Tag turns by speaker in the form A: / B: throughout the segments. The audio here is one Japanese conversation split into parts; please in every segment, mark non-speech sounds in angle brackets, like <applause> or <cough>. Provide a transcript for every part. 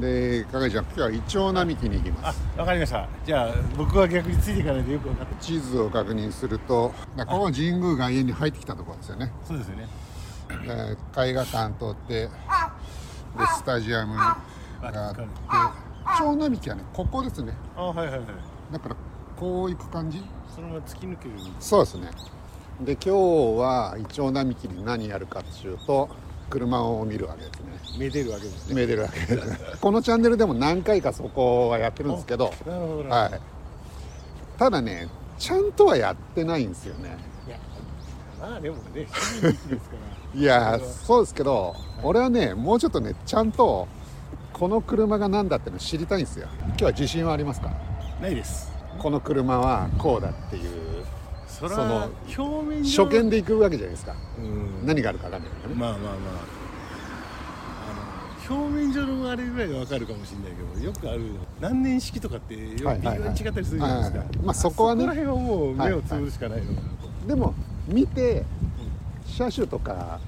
A: で加賀井ちゃん今日はイチョウ並木に行きます
B: あ、わかりました。じゃあ、僕は逆についていかないとよくわかって。
A: 地図を確認するとだこの神宮外苑に入ってきたところですよね
B: そうですよね。
A: で絵画館通ってでスタジアムがあって長並木はねここですね
B: あ、はいはいはい。
A: だからこう行く感じ
B: そのまま突き抜ける。
A: そうですねで今日はイチョウ並木に何やるかっていうと車を見るわけですね
B: めでるわけです。
A: めでるわけですねこのチャンネルでも何回かそこはやってるんですけど
B: なるほど。
A: はいただねちゃんとはやってないんですよね
B: い。いや、まあでもね、趣味の域ですから。
A: いやーそうですけど俺はねもうちょっとねちゃんとこの車が何だっての知りたいんですよ今日は自信はありますか
B: <laughs> ないです。
A: この車はこうだっていう
B: そ
A: そ
B: の
A: の
B: 表面
A: 初
B: 上
A: 見で行くわけじゃないですか
B: うん。
A: 何があるか分かんないからね
B: まあまあまあ。あの表面上のあれぐらいはわかるかもしれないけど、よくある何年式とかってよく微妙
A: はい
B: に
A: はいはい
B: 違ったりするじゃないで
A: は
B: す
A: いはい
B: か。
A: まあそこはね
B: そこら辺はもう目をつぶるしかないのかなと。
A: でも見て車種とか、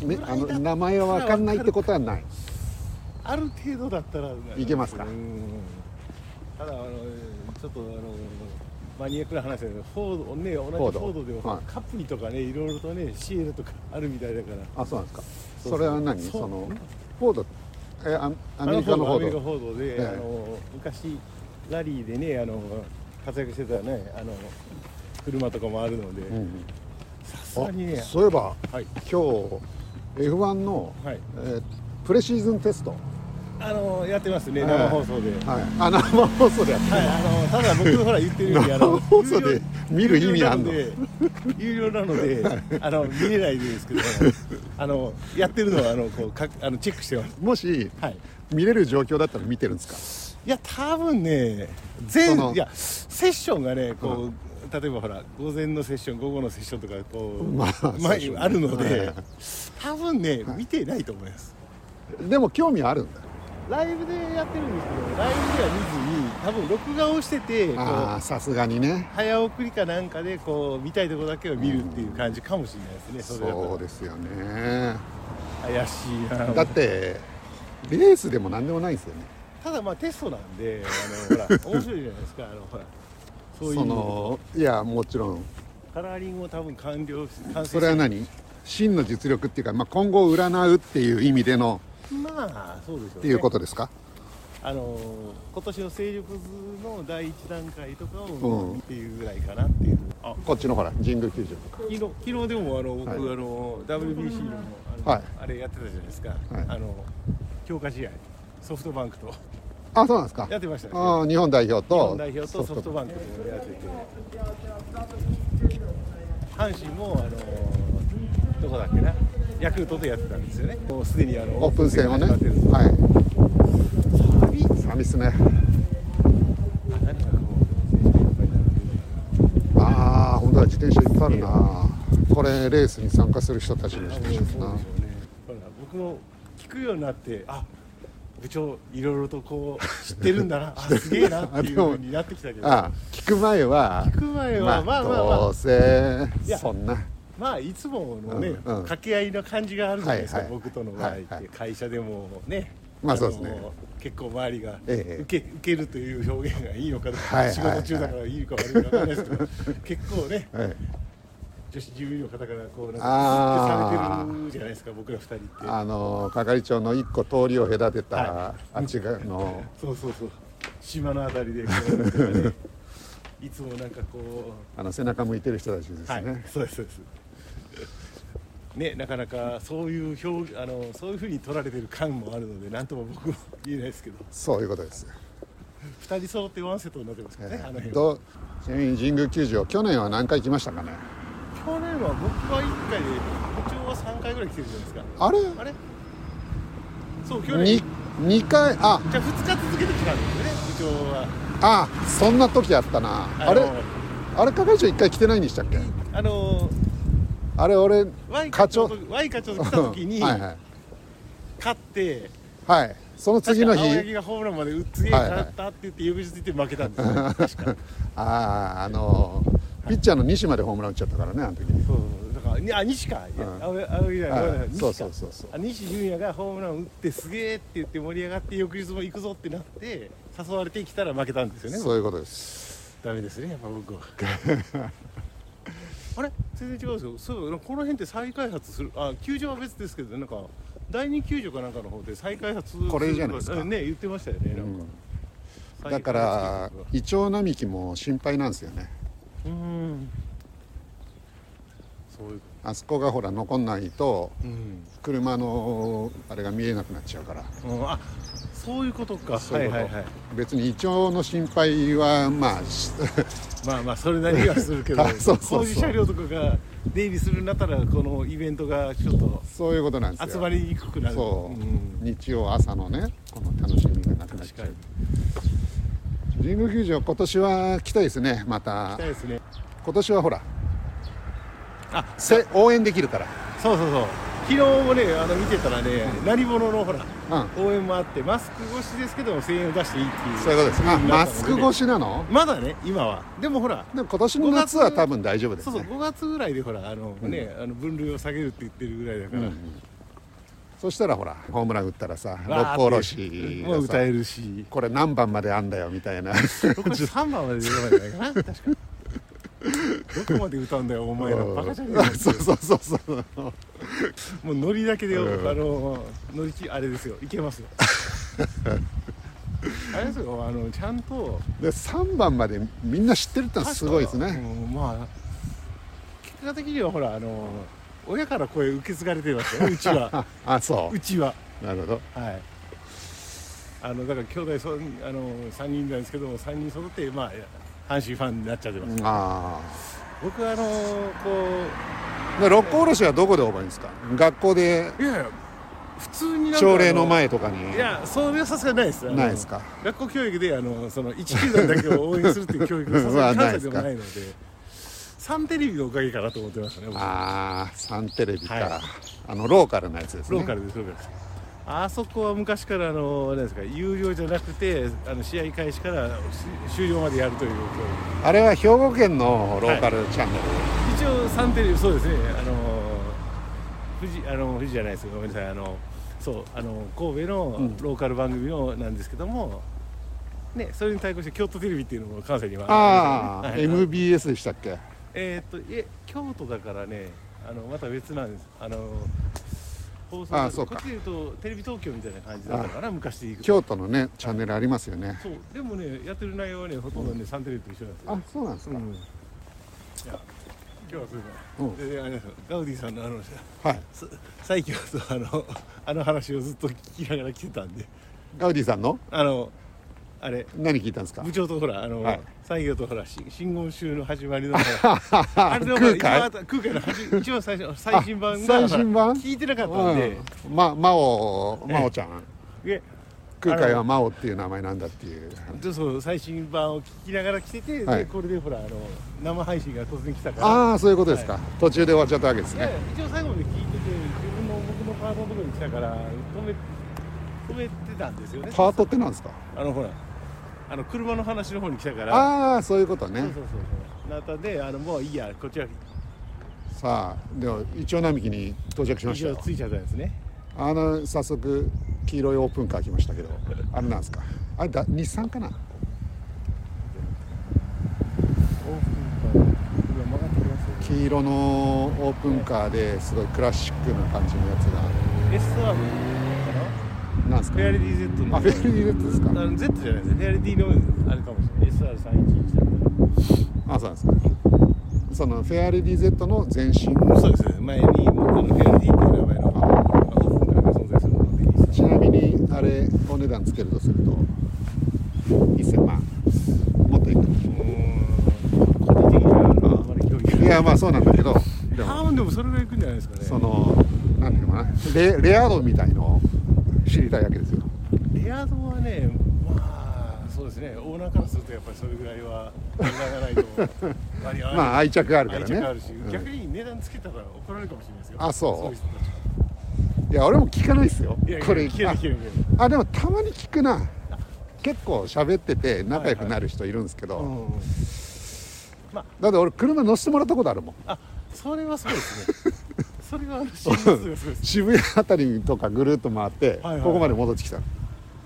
A: ね、あの
B: これだ
A: 名前は分かんないってことはない
B: ある程度だったら
A: いけますか
B: うんただあのちょっとあのマニアックな話だけどフォードね同じフ
A: フォー
B: ォ
A: ド
B: ードでも、
A: はい
B: カプリとかねいろいろとねシエルとかあるみたいだから
A: あそうなんですか
B: そ
A: そう
B: そう
A: れは何
B: そう
A: そのフォードえアアメリカのフ
B: あ
A: ォ
B: アメリカ
A: ー
B: フォードで、
A: ええ
B: あの昔ラリーでねあの活躍してたねあの車とかもあるので
A: ド、うん
B: さす
A: あ
B: がにね
A: そういえば
B: は
A: 今
B: い
A: 日 F1 の、
B: はい
A: えープレシーズンテスト、
B: あのやってますね
A: ええ
B: 生放送で、
A: はい、あ <laughs> 生放送でやってる
B: はい、あのただ僕ほら言ってるようにあの
A: 生放送で見る意味あんの
B: 有料なので有料なのであの見れないですけどあのやってるのはあのこうかあのチェックしてます
A: もし
B: はい
A: 見れる状況だったら見てるんです
B: いや多分ね全
A: その
B: いやセッションがねこう、例えばほら午前のセッション午後のセッションとかこう、
A: まあ
B: 前
A: セッションね
B: あるので、
A: はい
B: 多分ね見てないと思います、
A: かでも興味はあるんだ
B: ライブでやってるんですけどライブでは見ずに多分録画をしててこう
A: ああさすがにね
B: 早送りかなんかでこう見たいところだけを見るっていう感じかもしれないですね、それだ
A: そう
B: と
A: ですよね
B: 怪しいな
A: だってレースでも何でもないんですよね
B: ただまあテストなん
A: <laughs>
B: であのほら面白いじゃないですかあのほらそういう
A: そ
B: の
A: のいやもちろん
B: カラーリングを多分完了し完成
A: それは
B: し
A: 何真の実力っていうか、まあ、今後を占うっていう意味での
B: まあそうでしょうね
A: っていうことですか
B: あの今年の勢力図の第一段階とか
A: う
B: を
A: ん
B: っていうぐらいかなっていう、あ
A: こっちのほら神宮球場とか
B: 昨日昨日でもあの僕、
A: はい
B: あの WBC のあの、
A: はい
B: あれやってたじゃないですか、
A: い
B: あの強化試合ソフトバンクと
A: あそうなんですか
B: やってましたね
A: あー日本代表と
B: 日本代表とソフトバンクでやってて阪神もあのどこだっけなヤクルトとやってたんですよねもうすでにあの
A: オープン戦をね
B: 始まってるんです
A: は
B: 旅
A: いサービスね
B: あなんかこう選手がいっぱい並んでる
A: ああ本当は自転車いっぱいあるなこれレースに参加する人たちの自
B: あもうそうで
A: 転
B: し
A: 車だ
B: ょう
A: な
B: ねほら僕も聞くようになってあ部長いろいろとこう知ってるんだなあすげえなっていう風になってきたけど
A: ああ聞く前は
B: 聞く前はまあまあまあ
A: どうせ
B: いや
A: そんな
B: まあいつものね、
A: うんうん
B: 掛け合いの感じがあるじゃないですか、
A: はいはい
B: 僕との場合って、
A: はいはい
B: 会社でもね
A: まあ
B: の
A: そうですね
B: 結構周りが、
A: ええ
B: 受け受けるという表現がいいのかどうか、
A: はいはい
B: 仕事中だからいいか悪いか分かんないですけど結構ね
A: <laughs> はい
B: 女子従業員の方からこうなんか
A: あー
B: 指摘されてるじゃないですか僕ら二人って
A: あの係長の一個通りを隔てた、
B: は
A: あっち側の
B: そうそうそう島のあたりでこうなんかねいつもなんかこう
A: あの背中向いてる人たちですね、
B: はい <laughs> そうですそうですね、なかなかそういう表あのそういうふうに取られてる感もあるので何とも僕も言えないですけど
A: そういうことです
B: 二人揃ってワンセットになってますからね、あの辺は
A: どうちなみに神宮球場去年は何回来ましたかね
B: 去年は僕は1回で部長は3回ぐらい来てるじゃないですか
A: あれ
B: あれそう去年
A: に二回あ
B: じゃあ2日続けてきたんですよね部長は
A: あそんな時あったなあれ
B: の
A: あれ係長一回来てないんでしたっけ
B: あの
A: あれ俺
B: Y 課
A: 課
B: 長
A: 長
B: と Y 課長と来た時に
A: はいはい、
B: 勝って
A: はい、その次の
B: 確か青
A: 日
B: 柳がホームランまで打つげえ
A: はいはい
B: 勝ったって言って翌日行って負けたんですよ、
A: <laughs>
B: 確か
A: あああのピッチャーの西までホームラン打っちゃったからねあの時
B: そうだからかにあ西か、いや
A: うん
B: 青柳青柳じゃないごめんなさい
A: あ
B: 西
A: そう
B: か
A: そうそうそう
B: あ西純也がホームラン打ってすげえって言って盛り上がって翌日も行くぞってなって誘われてきたら負けたんですよね
A: そういうことです
B: ダメですねやっぱ僕は
A: <laughs>
B: あれ全然違うんですよそういえばなんかこの辺って再開発するあ球場は別ですけどなんか第二球場かなんかの方で再開発
A: これじゃないですか
B: うんね言ってましたよねなんか、
A: だからイチョウ並木も心配なんですよね
B: うんそういう
A: あそこがほら残んないと
B: うん、
A: 車のあれが見えなくなっちゃうから
B: うん、あそういうことか
A: そういうこと、
B: はいはいはい
A: 別にイチョウの心配はまあ <laughs> し
B: まあまあそれなりはするけど
A: あ <laughs> そうそうそう
B: 工事車両とかが出入りするんだったらこのイベントがちょっと
A: そういうことなんですよ
B: 集まりにくくなる
A: そう、
B: ん
A: 日曜朝のねこの楽しみがなくなっ
B: 確
A: ち
B: か
A: ゃ
B: に
A: う神宮球場今年は来たいですねま
B: 行き
A: た
B: たいですね
A: 今年はほら
B: あ
A: せ応援できるから
B: そうそうそう昨日もねあの見てたらね何者のほら
A: う
B: 応援もあってマスク越しですけども声援を出していいっていう
A: そういうことですあマスク越
B: し
A: しなの
B: まだね今はでもほら
A: でも今年の夏は
B: 5月
A: 多分大丈夫です
B: そう
A: ね
B: そう5月ぐらいでほらあのね、あの分類を下げるって言ってるぐらいだから、
A: そしたらほらホームラン打ったらさ
B: わーって
A: 六甲おろし
B: もう
A: が
B: 歌
A: さ
B: えるし
A: これ何番まであんだよみたいな
B: 僕は3番まで出ればいいんじゃない
A: <laughs>
B: かな確かにどこまで歌うんだよお前らバカじゃねえか
A: <laughs> そうそうそうそう
B: もうノリだけでよ、
A: うん
B: あのノリきあれですよい
A: <laughs>
B: けますよあれですよあのちゃんと
A: で3番までみんな知ってるってのはすごいです
B: 確
A: ね
B: かうんまあ結果的にはほらあの親から声受け継がれて
A: <laughs>
B: ますよねうちは
A: あそう
B: ちは
A: うなるほど
B: はいあのだから兄弟そあの3人なんですけども3人揃ってまあ阪神ファンになっちゃってます、
A: あ
B: 僕はあのこ
A: あで六甲おろしはどこで覚えるんですか学校で
B: ういやいや普通になんか
A: 朝礼の前
B: あ
A: とかに
B: のいやそれはさすがにないですあの
A: ないですか
B: 学校教育であのその一球団だけを応援するっていう教育がさす
A: ま <laughs>
B: が
A: あ
B: に
A: ないで
B: 関西
A: す
B: で
A: か
B: もないので3テレビのおかげかなと思ってましたね僕
A: ああサンテレビか、
B: はい
A: あのローカルなやつですね
B: ローカルですローカルですあそこは昔からあのなんですか有料じゃなくてあの試合開始からし終了までやるという
A: あれは兵庫県のローカルチャンネル、
B: 一応サンテレビそうですねあの富士あの富士じゃないですごめんなさいあのそうあの神戸のローカル番組のなんですけども、ねそれに対抗して京都テレビっていうのも関西には
A: ああ、
B: るんですよねはい
A: MBS でしたっけ
B: えーっといえ京都だからねあのまた別なんですあの放
A: あー
B: 送
A: そうか
B: こっちでいうとテレビ東京みたいな感じだったかな昔でいくと
A: 京都のねチャンネルありますよね、
B: そうでもねやってる内容はねほとんどねサンテレビと一緒なんですよ
A: あそうなんです
B: う
A: か、
B: んいや今日はそううんいであれですよガウディさんのあの
A: はい
B: さ最強とあのあの話をずっと聞きながら来てたんで
A: ガウディさんの
B: あのあれ
A: 何聞いたんですか
B: 部長とほらあの、
A: はい
B: 西行とほらし新言集の始まりのほら
A: <laughs>
B: あれのほ
A: 空海
B: ら一番後空海の始一番最初最新版が
A: あ最新版
B: ほら聞いてなかったんで、
A: うん、ま真央真央ちゃん
B: で
A: 空海は真央っていう名前なんだっていう
B: ちょっとそう最新版を聞きながら来てて、で
A: はい
B: これでほらあの生配信が突然来たから
A: ああそういうことですか、途中で終わっちゃったわけです
B: いやい
A: ね
B: や一応最後まで聞いてて自分の僕のパートのところに来たから止め止めてたんですよね
A: パートってなんですか
B: あのほらあの車の話の方に来たから
A: ああーそういうことね
B: そうそうそうそうなったんであのもういいやこっちは
A: さあでは一応並木に到着しました
B: 一応
A: よ
B: ついちゃったんですね
A: あの早速黄色いオープンカー来ましたけどあれなんですかあれだ日産かな
B: オープンカー今曲がってきますよね
A: 黄色のオープンカーですごいクラシックな感じのやつが
B: S ワーブかな
A: なんです
B: フ
A: か
B: ェアレディ Z の
A: あフェアレディレッドです
B: あ
A: か
B: の Z じゃないですフェアレディのあれかもしれない SR311 だか
A: あそうなんですかそのフェアレディ Z の前身
B: らそうですね前にあのフェアレディっていう名前のオープンカーが存在するのでいいです
A: ちなみにあれお値段つけるとすると1000万もっといく
B: うーん個人的にはあんまり興味ない
A: いやまあそうなんだけどでも
B: 多分でもそれぐらいいくんじゃないですかね
A: そのなんていうのかなレレア度みたいのを知りたいわけですよ
B: レア度はねまあそうですねオーナーからするとやっぱりそれぐらいは値段がないと割
A: <laughs>
B: 合
A: まあ愛着あるからね
B: 愛着あるし、
A: うん
B: 逆に値段つけたら怒られるかもしれないですよ
A: あそう
B: いう人たち
A: いや俺も聞かないですよ
B: いやいや
A: これ
B: 聞ける
A: あ
B: 聞ける聞ける
A: あでもたまに聞くな結構喋ってて仲良くなる人いるんですけど、
B: うん
A: だって俺車乗せてもらったことあるもん
B: あそれはすごいですねそれはあの心臓がすごいです
A: 渋谷あたりとかぐるっと回って、
B: はいはい
A: ここまで戻ってきたの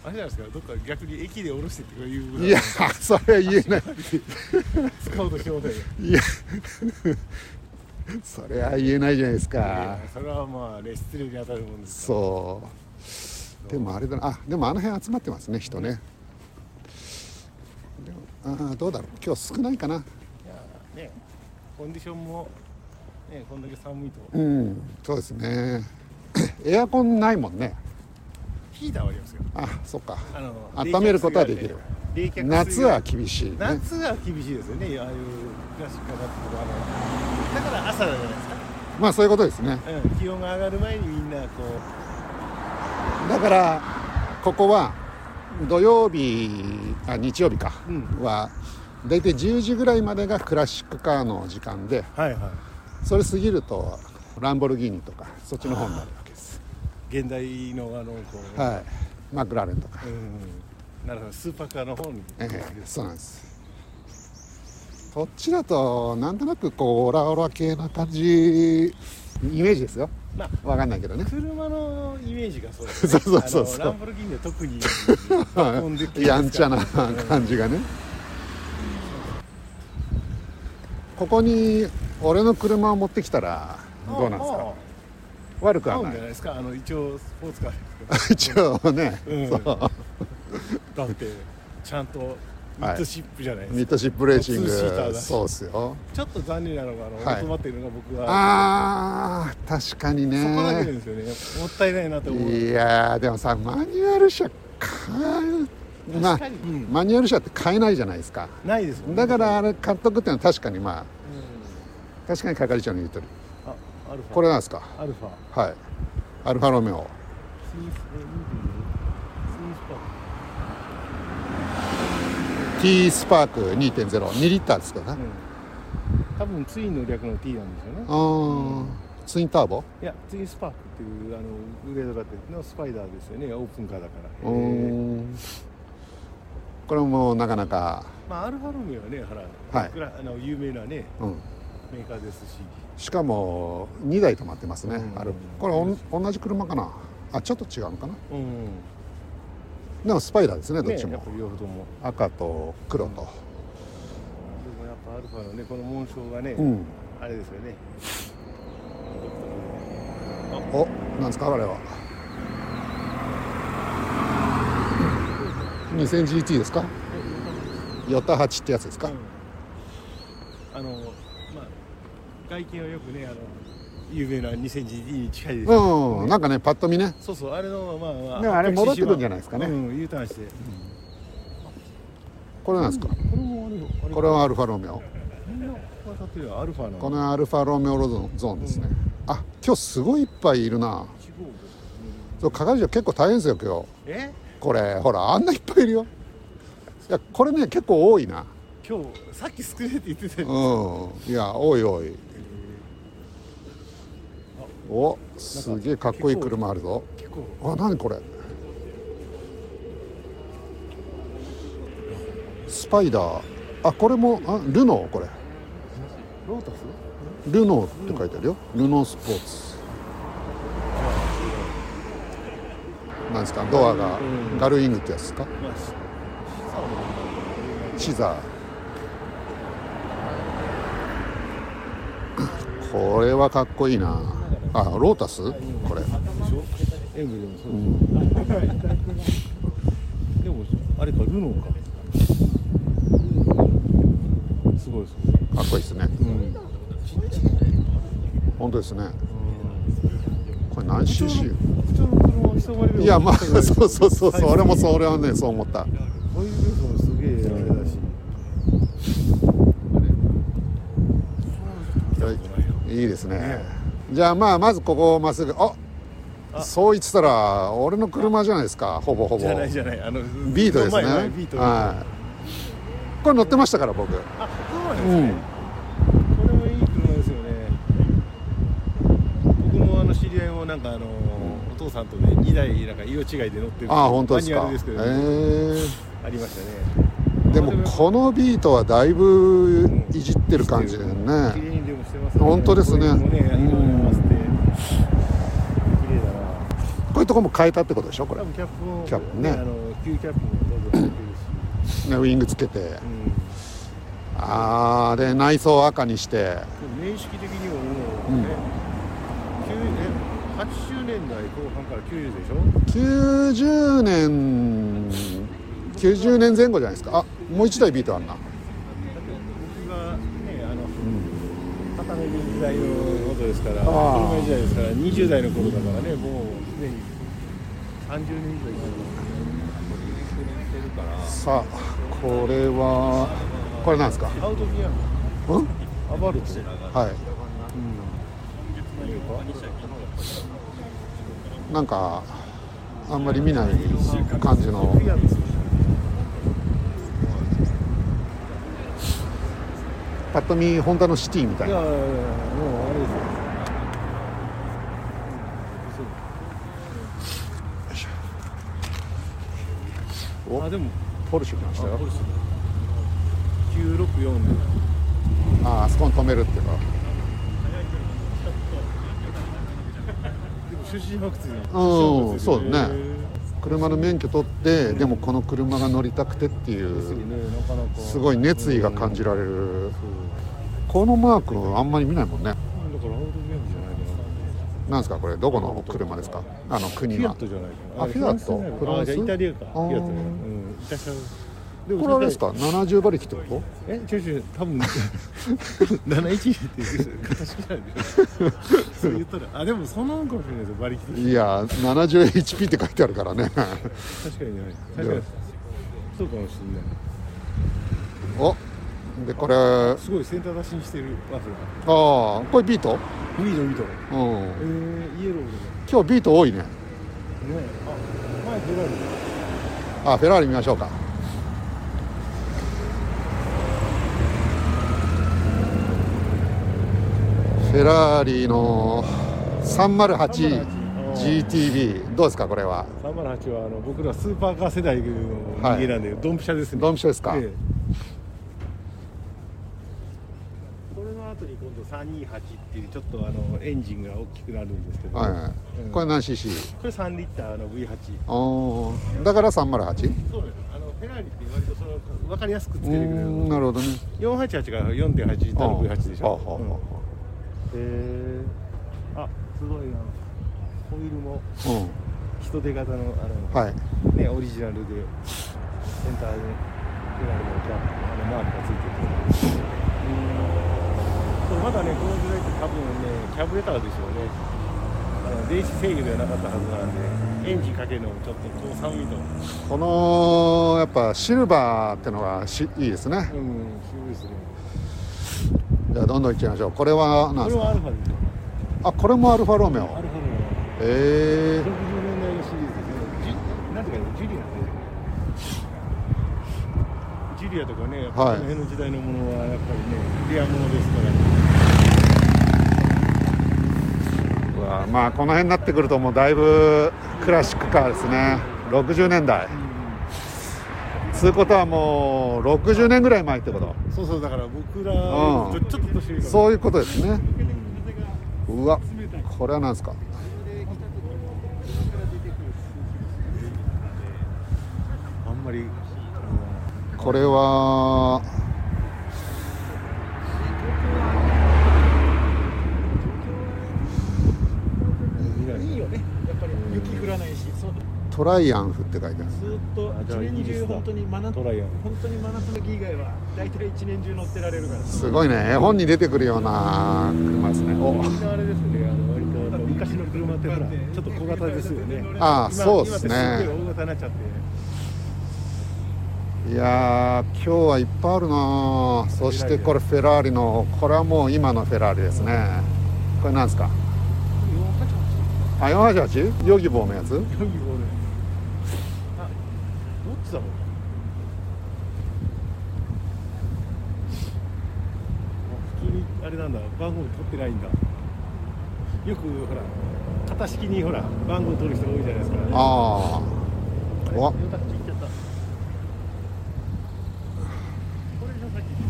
B: あれじゃないですかどっか逆に駅で降ろしてっていうぐら
A: いやそれは言え
B: <laughs>
A: ない
B: 使うと表
A: <laughs>
B: 題
A: いやそれは言えないじゃないですか
B: がそれはまあね失礼に当たるもんですから
A: そうでもあれだなあでもあの辺集まってますね人ねでもあーどうだろう今日少ないかない
B: やねコンディションもねこんだけ寒いと
A: うんそうですね <clears throat> エアコンないもんね
B: ヒーターはありますよ
A: あそっか
B: あの
A: 温めることはできる
B: 冷却水が
A: 夏は厳しいね
B: 夏は厳しいですよねああいうガスかかってくるあのだから朝じゃないです
A: まあそういうことですね
B: か、うん、気温が上がる前にみんなこう
A: だからここは土曜日あ日曜日か、
B: うん
A: は大体10時ぐらいまでがクラシックカーの時間で
B: はいは
A: それ過ぎるとランボルギーニとかそっちの方になるわけです
B: い現代のあのこう、
A: はいマクラーレンとか、
B: うんなるほどスーパーカーの方に、
A: ええそうなんですこっちだとなんとなくこうオラオラ系な感じイメージですよ
B: まあ
A: わかんないけどね
B: 車のイメージがそうです
A: そうそうそうそう
B: あのランボルギーニは特に運んできますから
A: やんちゃな感じがねここに俺の車を持ってきたらどうなんです
B: ああ
A: か悪くは
B: 合うん
A: な
B: じゃない
A: い
B: ですかあの一応スポーツカーで
A: <laughs>
B: す
A: 一応ね、
B: けど、うん、
A: そう
B: だってちゃんとミッドシップじゃないですか、
A: ミッドシップレーシン
B: ツーシーター
A: グ
B: だし
A: そうっすよ
B: ちょっと残念なのがあの、
A: はい
B: オートマっていうのが僕は
A: あー確かに
B: そこだけな
A: ね
B: んですよねもったいないなと思う、
A: いやーでもさマニュアル車買うまあ
B: 確かに、うん
A: マニュアル車って買えないじゃないですか
B: ないですもんね
A: だからあれ監督っていうのは確かにまあ
B: うん
A: 確かに係長の言うとり
B: あアルファ
A: これなんですか
B: アルファ
A: はいアルファロメオ
B: スイースえ見てみるスイ
A: T
B: ースパー
A: スパーク2.02リッターですかね、
B: うん、多分ツインの略の T なんですよね
A: あーツインターボ
B: いやツインスパークっていうあのグレードラテのスパイダーですよねオープンカーだから
A: うーんこれもなかなか、
B: まあアルファロメオはねほら、
A: はい
B: いくらあの有名なね
A: うん、
B: メーカーですし
A: しかも2台止まってますね、
B: うん
A: あるこれおん同じ車かなあちょっと違うのかな
B: うん
A: でもスパイダーですねどっ
B: ね
A: ち
B: や
A: も、
B: っぱり両方とも
A: 赤と黒と、
B: でもやっぱアルファのねこの紋章がね、
A: うん
B: あれですよね
A: おなんですかあれは 2000GT ですかヨタ8ってやつですか、
B: あのまあ外見はよくねあの有名な 2000GD に近いですよね
A: うん、なんかねパッと見ね
B: そうそうあれのまあまあ
A: でもあれ
B: 800cc
A: 戻ってくるんじゃないですかね
B: はうん U ターンして
A: これなんですか、
B: これもあれよあれ
A: これはアルファロメオ
B: みんなここが立ってるよアルファの
A: このアルファロメオロゾンゾーンですね、あ今日すごいいっぱいいるな
B: 1号
A: そう係長結構大変ですよ今日
B: え
A: これほらあんないっぱいいるよいやこれね結構多いな
B: 今日さっき少ねえって言ってたよ
A: うんいや多い多いおすげえかっこいい車あるぞ
B: 結構
A: あ何これスパイダーあこれもあルノーこれ
B: ロータス
A: ルノーって書いてあるよルノースポーツなんですかドアが
B: うん
A: ガルイングってやつですか
B: まあし
A: シザーこれはかっこいいなあロータスこれ
B: エンブレムそうですでもあれかルノーかすごいですね
A: かっこいいですね
B: うん
A: 本当ですねこれ何 cc
B: 普通の車は人割れ
A: いやまあそうそうそうそう俺もそれはねそう思った
B: オイルルーフもすげえあれだし
A: はいいいですねじゃあまあまずここをまっすぐあそう言ってたら俺の車じゃないですかほぼほぼ
B: じゃないじゃないあの
A: ビートですね
B: 前前ビート
A: はいこれ乗ってましたから僕
B: あそうなんです
A: う
B: ね、
A: ん
B: これもいい車ですよね僕もあの知り合いもなんかあの、お父さんとね2台なんか色違いで乗ってる
A: ああ本当です
B: マ
A: か
B: ニュアルですけど、
A: え
B: ね
A: ー
B: ありましたね
A: でもこのビートはだいぶいじってる感じだよ
B: 綺
A: ね
B: 麗にでもしてますますよね
A: 本当ですね
B: こういうのもねいろいろ
A: うん
B: 合わせて綺麗だな
A: こういうとこも変えたってことでしょこれ、
B: 多
A: ね、
B: 分キャップも
A: キャップね
B: あの旧キャップもどんどん出てるし、
A: ウイングつけて
B: うん
A: ああで内装を赤にして
B: 面識的にはもうね、9え80年代後半から90でしょ
A: 90年90年前後じゃないですかあもう一台ビートあんな
B: 僕がねあの、畳み時代のことですから
A: あー
B: 車時代ですから20代の頃だからねもうすでに30年以上してるから
A: さあこれはこれなんですか
B: アウトギア
A: うん
B: アバルト
A: はいなんかあんまり見ない感じの
B: フィアですよ
A: ぱっと見ホンダのシティみたい
B: いや
A: ない
B: やいやもうあれですよ
A: お
B: あでも
A: ポルシェ来ましたよ
B: 964年
A: あああそこに止めるっていうか
B: でも出身博士じゃん
A: うんそうだね
B: へー
A: 車の免許取ってでもこの車が乗りたくてってい
B: すごいうねなかなか
A: すごい熱意が感じられるこのマークあんまり見ないもんね
B: うんだからアウトギアじゃないか
A: なんですかこれどこの車ですかあの
B: な
A: 国
B: フィア
A: は
B: ットじゃないかな
A: あフィアット
B: じゃない
A: フランス
B: あじゃあイタリアか
A: あ
B: フ
A: ー
B: ィアットねうんイタリアで
A: これあれですか70馬力ってこと
B: えちょいちょい多分 <laughs> 712っていう形式なんでそう言ったらあでもそんなもんかもしれないですよ馬力的に
A: いや 70HP って書いてあるからね
B: 確かにね確かにそうかもしれない
A: おでこれあ
B: すごいセンター出しにしてるワッフル
A: あこれビート
B: ミードミード
A: うん
B: えー、イエローでね
A: 今日ビート多いね
B: あ前出られる
A: あフェラーリ見ましょうかフェラーリの 308GTB どうですかこれは
B: 308はあの僕らスーパーカー世代の人間なんで、ドンピシャですね
A: ドンピシャですか
B: ええこれの後に今度328っていうちょっとあのエンジンが大きくなるんですけど、
A: はいこれ何 cc?
B: これ3リッターの V8
A: おーだから 308?
B: そうですあのフェラーリって割とその分かりやすくつ
A: う
B: け
A: ー
B: てくれる
A: んなるほどね
B: 488が4.8リッターの V8 でし
A: ああああ
B: ょうんへえあすごいなホイールも
A: う
B: 人手型のあの、
A: んはい
B: ね、オリジナルでセンターでフェラーリのキャップあのマークがついててそうまだねこの時代って多分ねキャブレターですよねあの電子制御ではなかったはずなんでエンジンかけるのもちょっとこう寒いと
A: このやっぱシルバーってのがしいいですね
B: うん渋いですね
A: じゃあどんどんいっちゃいましょうこれは何で
B: こ
A: すか
B: れはアルファですよ
A: あこれもアルファロメオ
B: アルファ
A: え
B: の60年代のシリーズですねジュなぜかねジュリアねジュリアとかねやっぱこの辺の時代のものはやっぱりねレアものですから、
A: えー、うわまあこの辺になってくるともうだいぶクラシックカーですね60年代つうことはもう60年ぐらい前ってこと
B: そうそうだから僕ら
A: うん
B: ちょちょっと年上か
A: そうういうことですねうわこれは何ですか
B: あんまり
A: これは
B: 見ない
C: いいよねやっぱり雪降らないしそう
A: トライアンフって書いてある
C: ずっと
B: あじゃ
C: 一
B: あいい
C: 年
B: です
C: 中
B: な
C: 本当に真夏
B: トライアン
C: 本当に真夏の時以外は大体一年中乗ってられるから
A: すごいね絵本に出てくるような車ですねお
B: みんなあれですねあの割とあの昔の車ってほらちょっと小型ですよね
A: ああ
B: 今
A: そうです
B: 今って
A: ね
B: すごい大型になっちゃって
A: いやー今日はいっぱいあるなあそしてこれフェラーリのこれはもう今のフェラーリですねこれなんですかあ4 8 8ヨギボーのやつ
B: 4 8 4ボールあどっちだろうあ普通にあれなんだ番号取ってないんだよくほら型式にほら番号取る人多いじゃないですか
A: ああお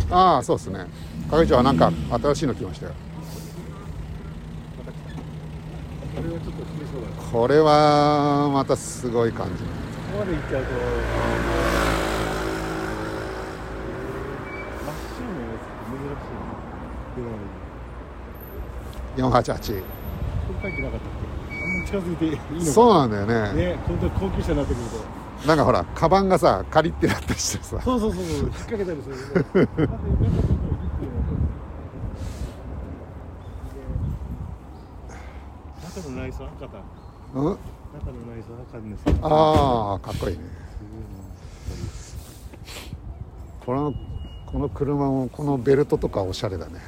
A: ああそうですね係長はなんか新しいの来ましたよ
B: これはちょっと厳しそうだなこ
A: これはまたすごい感じ
B: こまで行っちゃうと真っ白のやつって珍
A: 488
B: しいな出回るこれ書いてなかったっけあんまり近づいていいのか
A: そうなんだよね
B: ね本当に高級車になってくると
A: なんかほらカバンがさカリってなったりしてさ
B: そうそうそうそう引っ掛けたりするとまた床のとこに中の内装赤だ
A: うん
B: 中の内装赤なんですけど
A: ああかっこいいねこのこの車もこのベルトとかおしゃれだね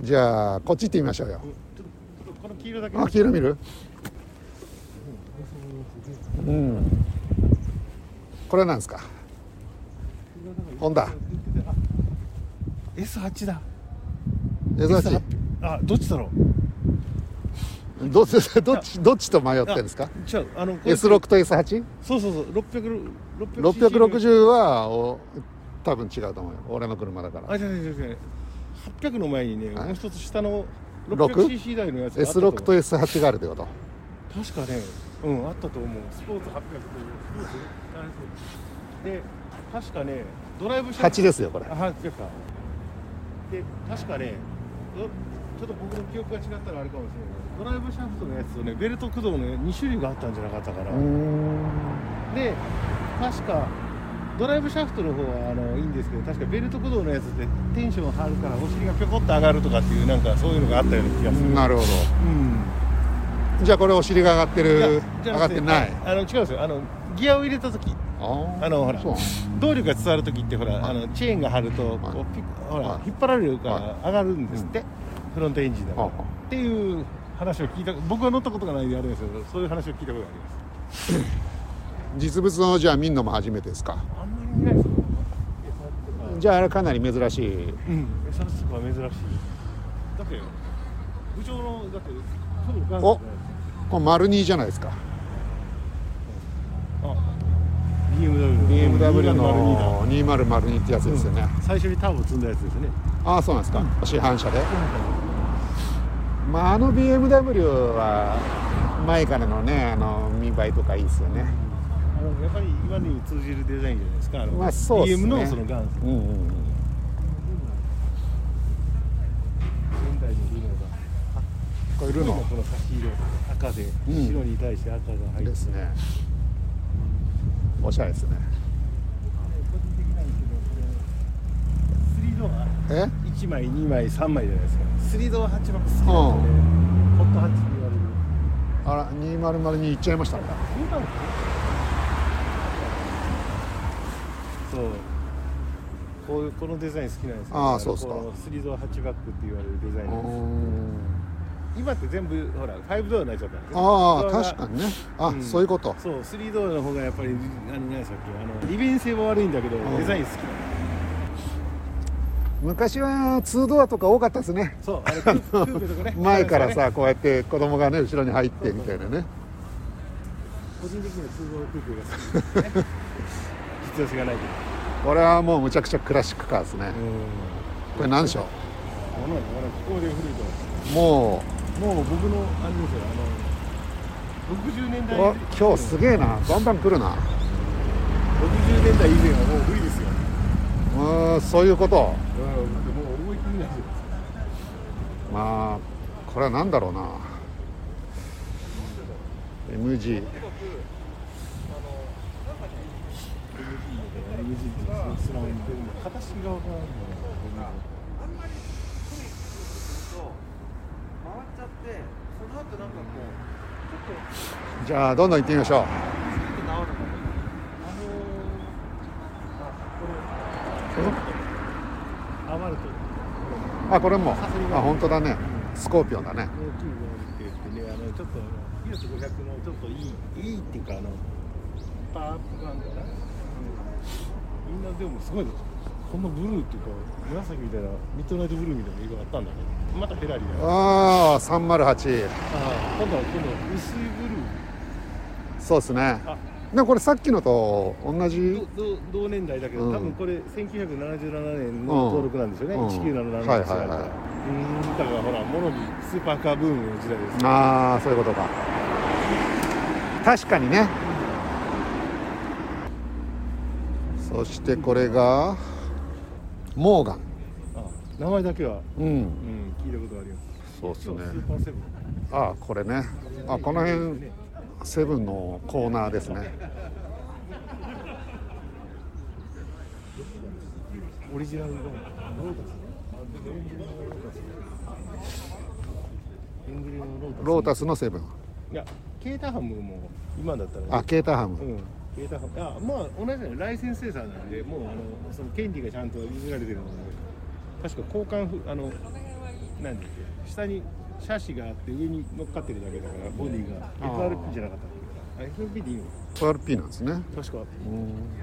A: じゃあこっち行ってみましょうよ
B: この黄色だけ
A: あ黄色見るうんこれなんですかホンダ
B: あ S8 だ
A: 珍しい
B: あどっちだろ
A: どっち <laughs> どっちどっちと迷ってんですか
B: う違うあのこれ
A: S6 と S8
B: そうそうそう600 660
A: 660はお多分違うと思うよ俺の車だから
B: あ違う違う違う違う800の前にね
A: はい
B: もう一つ下の
A: 六
B: 600cc 台のやつがあった
A: S6 と
B: 思う
A: S8 があるってこと
B: 確かねうんあったと思うスポーツ800というスポーツあれそうで確かねドライブ車
A: 8ですよこれ
B: あ800かで確かねどちょっと僕の記憶が違ったらあれかもしれないけどドライブシャフトのやつとねベルト駆動の2種類があったんじゃなかったかな、
A: うーん
B: で確かドライブシャフトの方はあのいいんですけど確かベルト駆動のやつってテンション張るからお尻がぴょこっと上がるとかっていうなんかそういうのがあったような気がする
A: なるほ
B: うん
A: どじゃあこれお尻が上がって
B: いや
A: る
B: じ
A: 上が
B: ゃな
A: っ
B: く
A: てない
B: あの違うんですよあのギアを入れた時
A: あ
B: あのほら
A: そう
B: 動力が伝わる時ってほら
A: はい
B: あのチェーンが張ると
A: はい
B: こうピッほ
A: は
B: ら
A: い
B: 引っ張られるか
A: は
B: ら上がるんですってフロントエンジンだから
A: は
B: っ
A: あは
B: ていう話を聞いた僕は乗ったことがないんであれですけどそういう話を聞いたことがあります
A: 実物のじゃあ見んのも初めてですか
B: あんまり見ないですよ
A: じゃああれかなり珍しい
B: うんエサルスとかは珍しいだって部長のだって多分元祖
A: おこれ丸2じゃないですか
B: あ BMW
A: BMW
B: 2002だ
A: の2002ってやつですよね、
B: 最初にターボ積んだやつですね
A: ああそうなんですか、市販車で、まあ、あの BMW は前からのねあの見栄えとかいいですよね
B: あのやっぱり今に通じるデザインじゃないですかあの、
A: まあそうです
B: BM
A: ね
B: のその元祖
A: うんうんうん
B: 現代のルノ
A: これ
B: ーが
A: ルノ
B: この差し色赤で、
A: うん
B: 白に対して赤が入
A: ー
B: って
A: ですねおしゃれですね
B: 個人的なんですけどこれ3ドア
A: え
B: 1枚2枚3枚じゃないですか3ドア8番好きなんですよねホットハッチって言われる
A: あら2002行っちゃいましたね
B: そうなんですねそうこういうこのデザイン好きなんですよ
A: ああそうっすか
B: この3ドア8バックって言われるデザイ
A: う
B: ンなんです
A: ー
B: よ
A: ん
B: 今って全部ほら5ドアになっちゃったんです
A: ああ
B: ドアが
A: 確かにねあ、
B: うん
A: そういうこと
B: そう3ドアの方がやっぱりあの何でしたっけあの利便性は悪いんだけど
A: ん
B: デザイン好きなの
A: 昔は2ドアとか多かったですね
B: そう <laughs> あれクークーペとかね
A: 前
B: <laughs>
A: から
B: あ
A: さこうやって子供がね後ろに入ってみたいなね
B: りますよね個人的には通常のクーペが好きですね実用性がないけど
A: これはもうむちゃくちゃクラシックカーですねこれ何でしょ
B: ものはほら気候で古いと
A: うも
B: もう僕のあれですよあの60年
A: う
B: 代
A: お今日す
B: え
A: げえなバンバン来るな
B: 60年代以前はもう古いですよ
A: うーんそういうこと
B: うんだってもう思い切りないですよ
A: まあこれは何だろうな MG
B: スラムに出るの形が分からない
C: 回っちゃってその後なんかこう
A: じゃあどんどん行ってみましょ
C: ち
A: う
C: ょっと治るの
B: 余ると
A: あこれもあ本当だねスコーピオンだね
B: 大きいものって言ってねあのちょっとフィアット500のちょっといいいいっていうかあのパワーアップ感がみんなでもすごいこんなブルーっていうか紫みたいなミッドナイトブルーみたいな色があったんだけどまたフェラーリだよ
A: ああ308
B: ああ今度は今度は薄いブルー
A: そうですね
B: あ
A: でもこれさっきのと同じ
B: どど同年代だけど、
A: うん
B: 多分これ1977年の登録なんですよね、
A: うん
B: 1977年の
A: はいはいはいう
B: ーんだからほらモロビスーパーカーブームの時代です
A: ああそういうことか確かにねそしてこれがモーガン
B: あ名前だけは、
A: う
B: うんん、聞いたことがあります
A: そうです
B: 今
A: ね
B: 日スーパーセブン
A: ああこれねあこの辺セブンのコーナーですね
B: オリジナルのエングリムのロータス
A: ロータスのセブン
B: いやケータハムも今だったらね
A: あケータハ
B: う
A: ム
B: んケータハムあまあ同じだよライセンス生産なんでもうあのその権利がちゃんと譲られてるので確か交換ふあのなんだっけ下にシャシがあって上に乗っかってるだけだからボディが
A: あー
B: FRP じゃなかったっけあ FRP でいいの
A: RP なんですね
B: 確か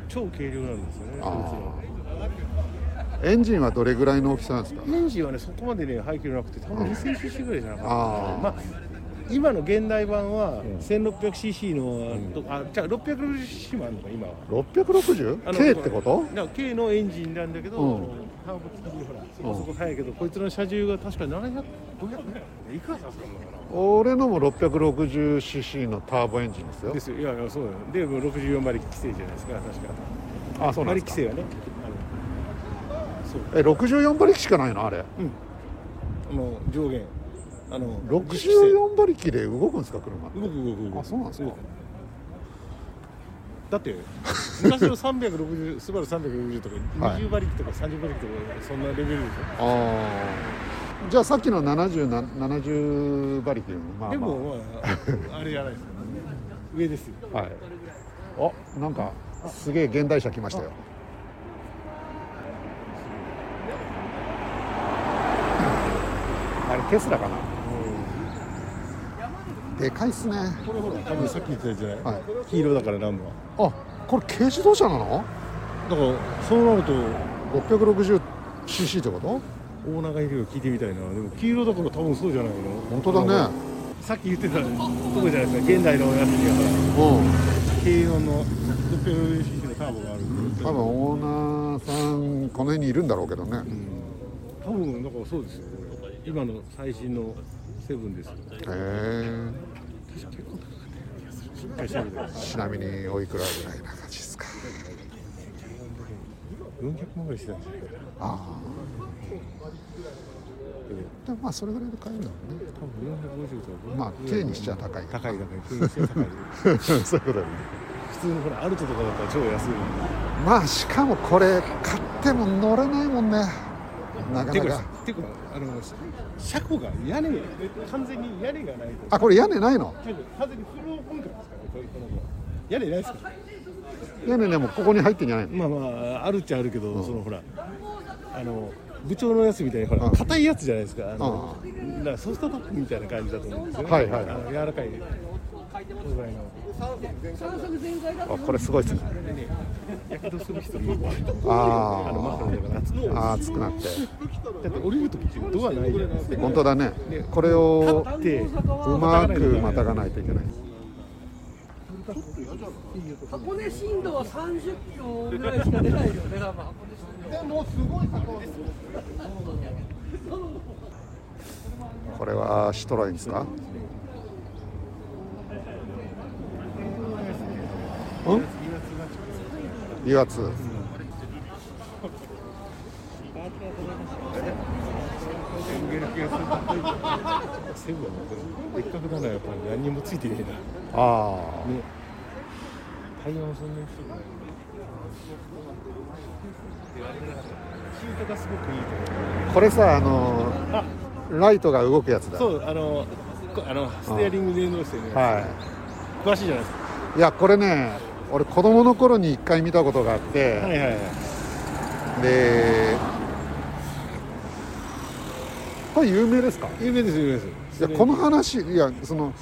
B: 超軽量なんですよねこいつ
A: あー
B: ら
A: エンジンはどれぐらいの大きさなんですか
B: エンジンはねそこまでね排気量なくて多分 2000cc ぐらいじゃなか
A: あー
B: ったかなまあ今の現代版は 1600cc のとあじゃあ 660cc もあるのか今は
A: 660K ってこと
B: だから K のエンジンなんだけど、
A: うん
B: ターボ付きでほらそこそこ速いけど、こいつの車重が確か700500いくらさすがなのか
A: 俺のも 660cc のターボエンジンです
B: な
A: よ
B: ですよいやいやそうだよでもう64馬力規制じゃないですか確か
A: あそう
B: 馬
A: なんです
B: 力規
A: か
B: 制はね
A: え64馬力しかないのあれ
B: あのあの上限あの
A: 64馬力で動くんですか車って
B: 動く動く動く
A: あそうなんですか
B: 動くだって昔の360スバル360とか
A: はい
B: 20馬力とか30馬力とかそんなレベルでし
A: ああじゃあさっきの70な70馬力よりもま
B: ょ
A: あ、まあ、
B: でもまああれじゃないですか上ですよ
A: はいあなんかすげえ現代車来ましたよあれテスラかなでかいっすね
B: これほら多分さっき言ってたじゃない、
A: はい
B: 黄色だからナンバー
A: あこれ軽自動車なの
B: だからそうなると
A: 660cc ってこと
B: オーナーがいるよ聞いてみたいなでも黄色だから多分そうじゃないの
A: 本当だね
B: さっき言ってたとこじゃないですか現代のやつには
A: うん
B: 軽音の 600cc のターボがあるんで
A: 多分オーナーさんこの辺にいるんだろうけどね、
B: 多分だからそうですよこれ今の最新のセブンですよ
A: へえ
B: しっかり調べてください
A: ちなみにおいくらぐらいな感じですか
B: 400万ぐらいしてたんですよ
A: ああでもまあそれぐらいで買えるんだろうね
B: 多分450とか
A: まあ軽にしちゃ高いよ
B: 高い高い軽にしちゃ高い
A: <laughs> そういうことだよね
B: 普通のほらアルトとかだったら超安い
A: まあしかもこれ買っても乗らないもんねなか
B: て
A: な
B: か
A: か
B: てかあの車庫が屋根が完全に屋根がないと
A: あこれ屋根ないの
B: 多分完全にフロー本格ですからねこういうこの子は屋根ないですからね
A: 屋根ねもうここに入ってんじゃないの
B: まあまああるっちゃあるけど、そのほらあの部長のやつみたいにほ
A: う
B: ら
A: ん
B: 硬いやつじゃないですかあの、だからソフトドッグみたいな感じだと思うんですよね、
A: はいはいはい
B: あの柔らかいこのぐらいの
A: あこれすごいっすね
B: やけどする人もいるあのマ
A: あ
B: フラーだから熱くて
A: あ熱くなって
B: だって降りる時ってドアないじゃないですか
A: 本当だねこれを
B: 立って
A: うまくまたがないといけない
D: 箱根震度は30キロぐらいしか出ないよね、多分箱根振動
A: これはシトロインですかうん油圧
B: セブンはもう別格だなやっぱり何にもついてねえな
A: ああ
B: ねタイヤもそんなに太くないシートがすごくいいと思う
A: これさあのライトが動くやつだ
B: そうあのこあのステアリング電動してね、
A: は
B: 詳しいじゃないですか
A: いいやこれね俺子供の頃に一回見たことがあって、
B: はいはいはい
A: でこれ有名ですか
B: 有名です有名です
A: いやこの話いやその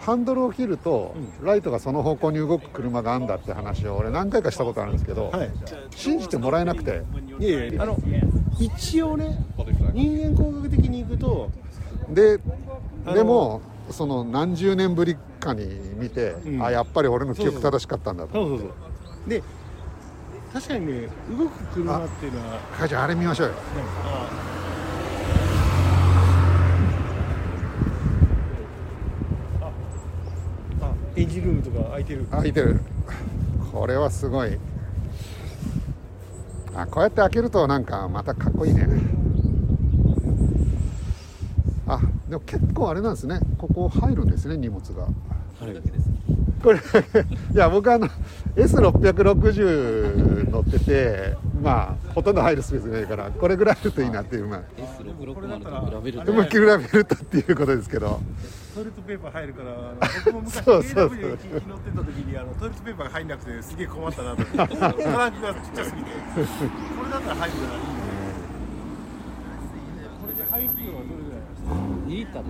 A: ハンドルを切ると、ライトがその方向に動く車があんだって話を俺何回かしたことあるんですけど、
B: はい
A: 信じてもらえなくて
B: いやいやあの一応ね人間工学的にいくと
A: で
B: あの
A: でもその何十年ぶりかに見て、
B: ん
A: あやっぱり俺の記憶正しかったんだと
B: そうそうそうで確かにね動く車っていうのは
A: 母ちゃんあれ見ましょうよ
B: あエンジンルームとか開いてる
A: 開いてるこれはすごいあこうやって開けるとなんかまたかっこいいねあでも結構あれなんですねここ入るんですね荷物がこれ <laughs> だけいや僕あの S660 乗っててまあほとんど入るスペースがないからこれぐらいあるといいなっていうまあ
E: S660 と比べる
A: で
E: と
A: も比べるとっていうことですけど
B: トイレットペーパー入るからあ <laughs> の僕も昔
A: そうそうそう
B: BMW に乗ってた時にあのトイレットペーパーが入んなくてすげえ困った <laughs> なと思ってトランクがちっちゃすぎてこれだったら入るからいいねこれで入るのはどれぐらい
E: いいかです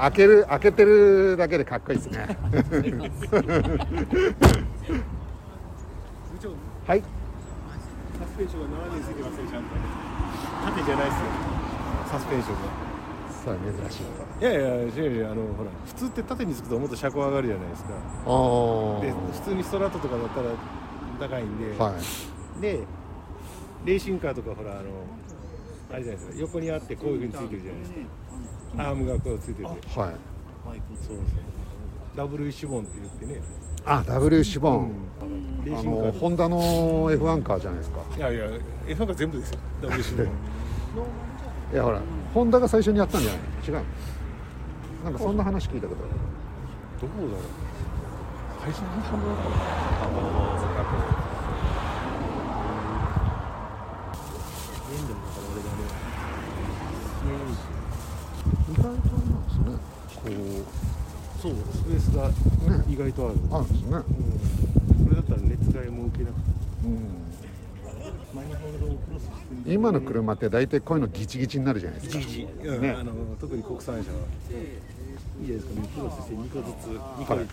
A: 開ける開けてるだけでかっこいいですね
B: 部長
A: はい
B: サスペンションが7年過ぎてますねちゃんと縦じゃないっすよサスペンションが
A: さあ珍しいこ
B: いやいや違う違うあのほら普通って縦につくともっと車高上がるじゃないですか
A: とお
B: で
A: ー
B: 普通にストラトとかだったら高いんで、
A: はい
B: でレーシングカーとかほらあのあれじゃないですか横にあってこういうふうについてるじゃないですかアームがこうついててそう
A: はい
B: そうダブルイシボンって言ってね
A: あ W シボン、
B: レー
A: あ
B: シング
A: の
B: カーとか
A: ホンダの F1 カーじゃないですか
B: いやいや F1 が全部ですよダブルイ <laughs> シボン
A: いやほらホンダが最初にやったんじゃない違うなんかそんな話聞いたことある
B: どこだろう最初の
A: 意外とあれなんですね
B: そうスペースが
A: ね
B: 意外とある、
A: こうあるんですね
B: うん、これだったらね使いも受けなくて
A: うん今の車って大体こういうのギチギチになるじゃないですか
B: うんあの特に国産車はいいですかねクロスして2個ずつ2個1、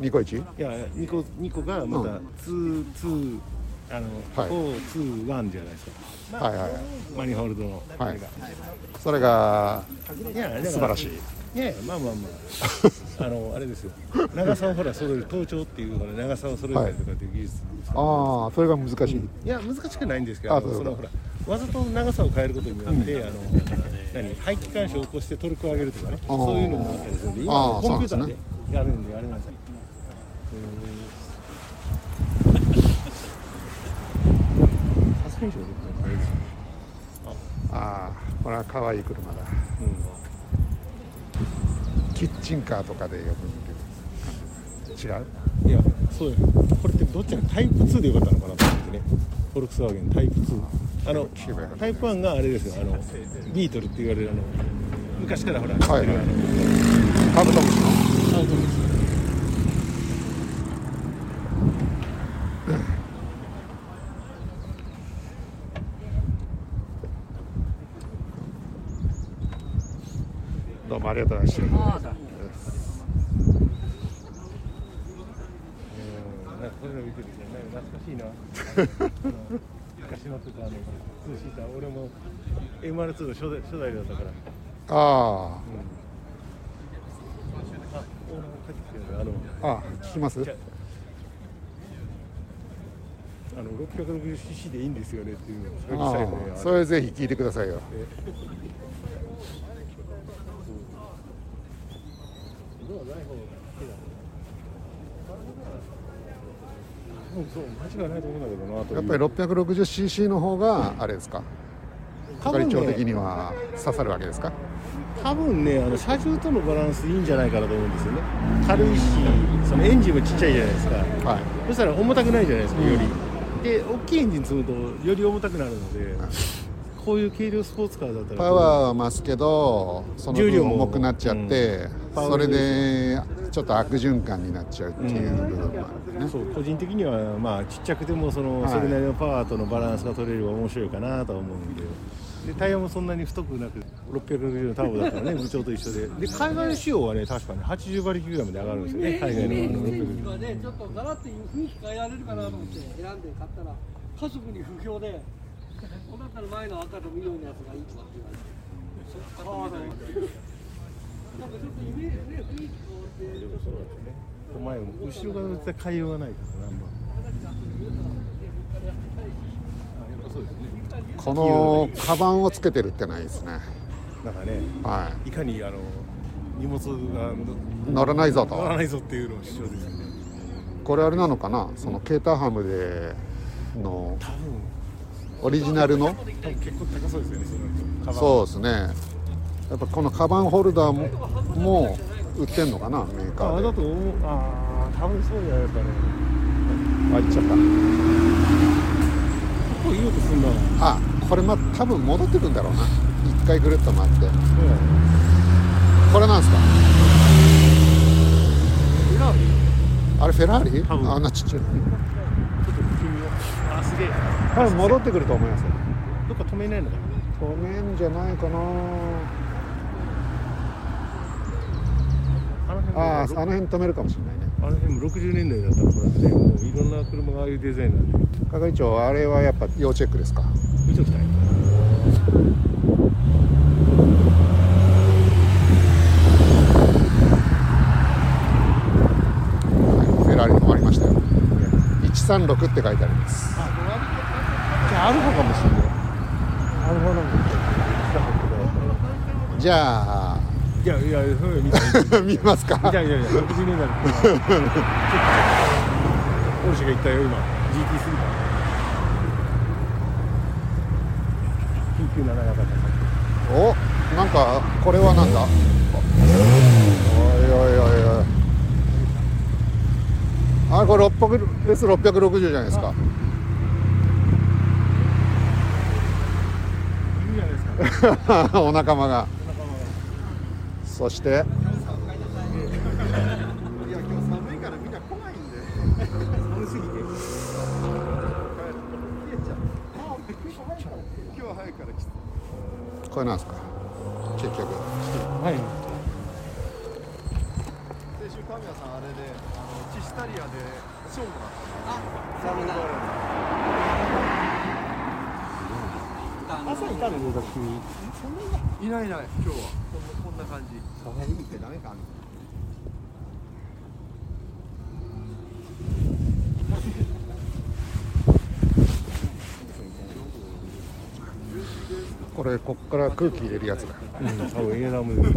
A: ニコイチ
B: いや2個二個がまた2、ツーあの、
A: はい
B: 4、2、1じゃないですか
A: はいはい
B: マニホールドのあ
A: はい
B: れが、
A: それが
B: いやだから
A: 素晴らしい
B: いやいやまあまあまああのあれですよ長さをほら揃える頭頂っていうほら長さを揃えたりとかっていう技術、
A: ああそれが難しい、
B: いや難しくないんですけど
A: あ
B: あの
A: そう
B: そ
A: か
B: のほらわざと長さを変えることによって、あの何排気干渉を起こしてトルクを上げるとかね
A: あー
B: そういうのもあったりするんで今
A: あー
B: コンピュータ
A: そう
B: ー
A: で
B: ですやるんであれなんですよサスペンションあれですよ
A: ああこれは可愛い車だキッチンカーとかでよく見てる違う
B: いやそうよこれってどっちがタイプ2でよかったのかなと思ってねフォルクスワーゲンタイプ2あの
A: 聞けばよかった
B: タイプ1があれですよあのビートルって言われるあの昔からほら知ってる、
A: はいはい
B: あの
A: カブトムシのどうもありがとうございました
B: うんなんかこれの見てるじゃない懐かしいなうん昔乗ってたあのツーシーター俺も MR2 の初代初代だったから
A: あ
B: 俺も帰ってきてるあの
A: あああ聞きます
B: じゃあの 660cc でいいんですよねっていうのを
A: あ
B: 最後に
A: あ
B: あ
A: それぜひ聞いてくださいよ
B: うんそう間違いないと思うんだけどなと
A: やっぱり 660cc の方があれですか係長的には刺さるわけですか
B: 多分ねあの車重とのバランスいいんじゃないかなと思うんですよね軽いしそのエンジンもちっちゃいじゃないですか
A: はい
B: そしたら重たくないじゃないですかよりで大きいエンジン積むとより重たくなるのでこういう軽量スポーツカーだったら
A: パワーは増すけどその
B: 重
A: 分
B: 量も
A: 重くなっちゃって、
B: パワー
A: それでちょっと悪循環になっちゃうっていう部分もあるね、
B: そう個人的にはまあちっちゃくてもその、
A: はい
B: それなりのパワーとのバランスが取れれば面白いかなとは思うんででタイヤもそんなに太くなく660のターボだからね部長と一緒でで海外仕様はね確かに80馬力ぐらいまで上がるんですよね
D: ね、
B: 海
D: イ
B: 外
D: メ
B: のあの
D: ージチェンジ
B: 660
D: はね、ちょっとガラッと雰囲気変えられるかなと思って選んで買ったら、家族に不評で、こうなったら前の赤と緑のやつがいいとかって言われて、なんかちょっとイメージね、雰囲気変わって。
B: 前も後ろから絶対変えようがないからナンバーあやっぱそうですね
A: このカバンをつけてるってないですね
B: なんかね
A: はい
B: かにあの荷物が乗
A: い乗らないぞ
B: ら
A: と
B: ないぞっていうのを主張ですよね
A: これあれなのかなそのケーターハムでの
B: 多分
A: オリジナルの
B: 多分結構高そうですよねそのう
A: そうですねやっぱこのカバンホルダーももう売ってんのかなメーカ
B: あ
A: ー
B: だ
A: で
B: と思うああ多分そうじゃないですかね
A: あ行っちゃった
B: ここいい音すんな
A: あこれま多分戻ってくんだろうな一回ぐるっと回ってこれなんですかあれフェラーリ
B: 多分
A: あんなちっちゃい
B: あすげえ
A: 多分戻ってくると思いますよ
B: どっか止めないのかな
A: 止めんじゃないかな
B: あの辺
A: あああ
B: も
A: の辺止めるかもしれないね
B: あの辺も60年代だったからねもういろんな車がああいうデザインなんで
A: 係長あれはやっぱ要チェックですか
B: 見ときたい
A: はいフェラーリ止まりましたよ136って書いてあります
B: じゃあアルファかもしれないアルファなんか
A: じゃあ <laughs>
B: いやいやそういうの見たい見
A: 見ます
B: <laughs>
A: か
B: たい見たい見たい60年代の車ポルシェが言ったよ今 GT スーパー997が高かった
A: おなんかこれはなんだおいおいおいおいあれこれ600 S660 じゃないですか <laughs>
B: いいじゃないですか、ね、
A: お仲間がそしてこれなんですか結局
B: はい
C: 先週神谷さんあれであのチシタリアで賞もらっ
B: 朝いたのよ私に
C: たいないいない今日はこんなこんな感じ
A: これこっから空気入れるやつだ
B: うん多分エアダムです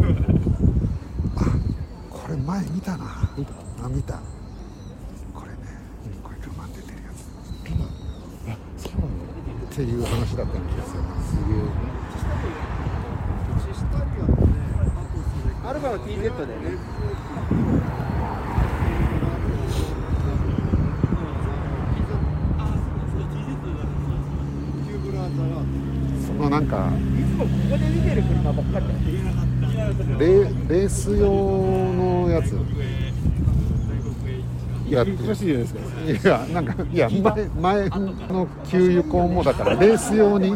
A: これ前見たな見たあ見たこれねこれ車に出てるやつっていう話だったような気がするな
C: アルファの TZ だよね
A: そのなんか
C: いつもここで見てる車ばっかりだよ
A: レレース用のやついや
B: 詳しいじゃないですか
A: いやなんかいや前前の給油口もだからレース用に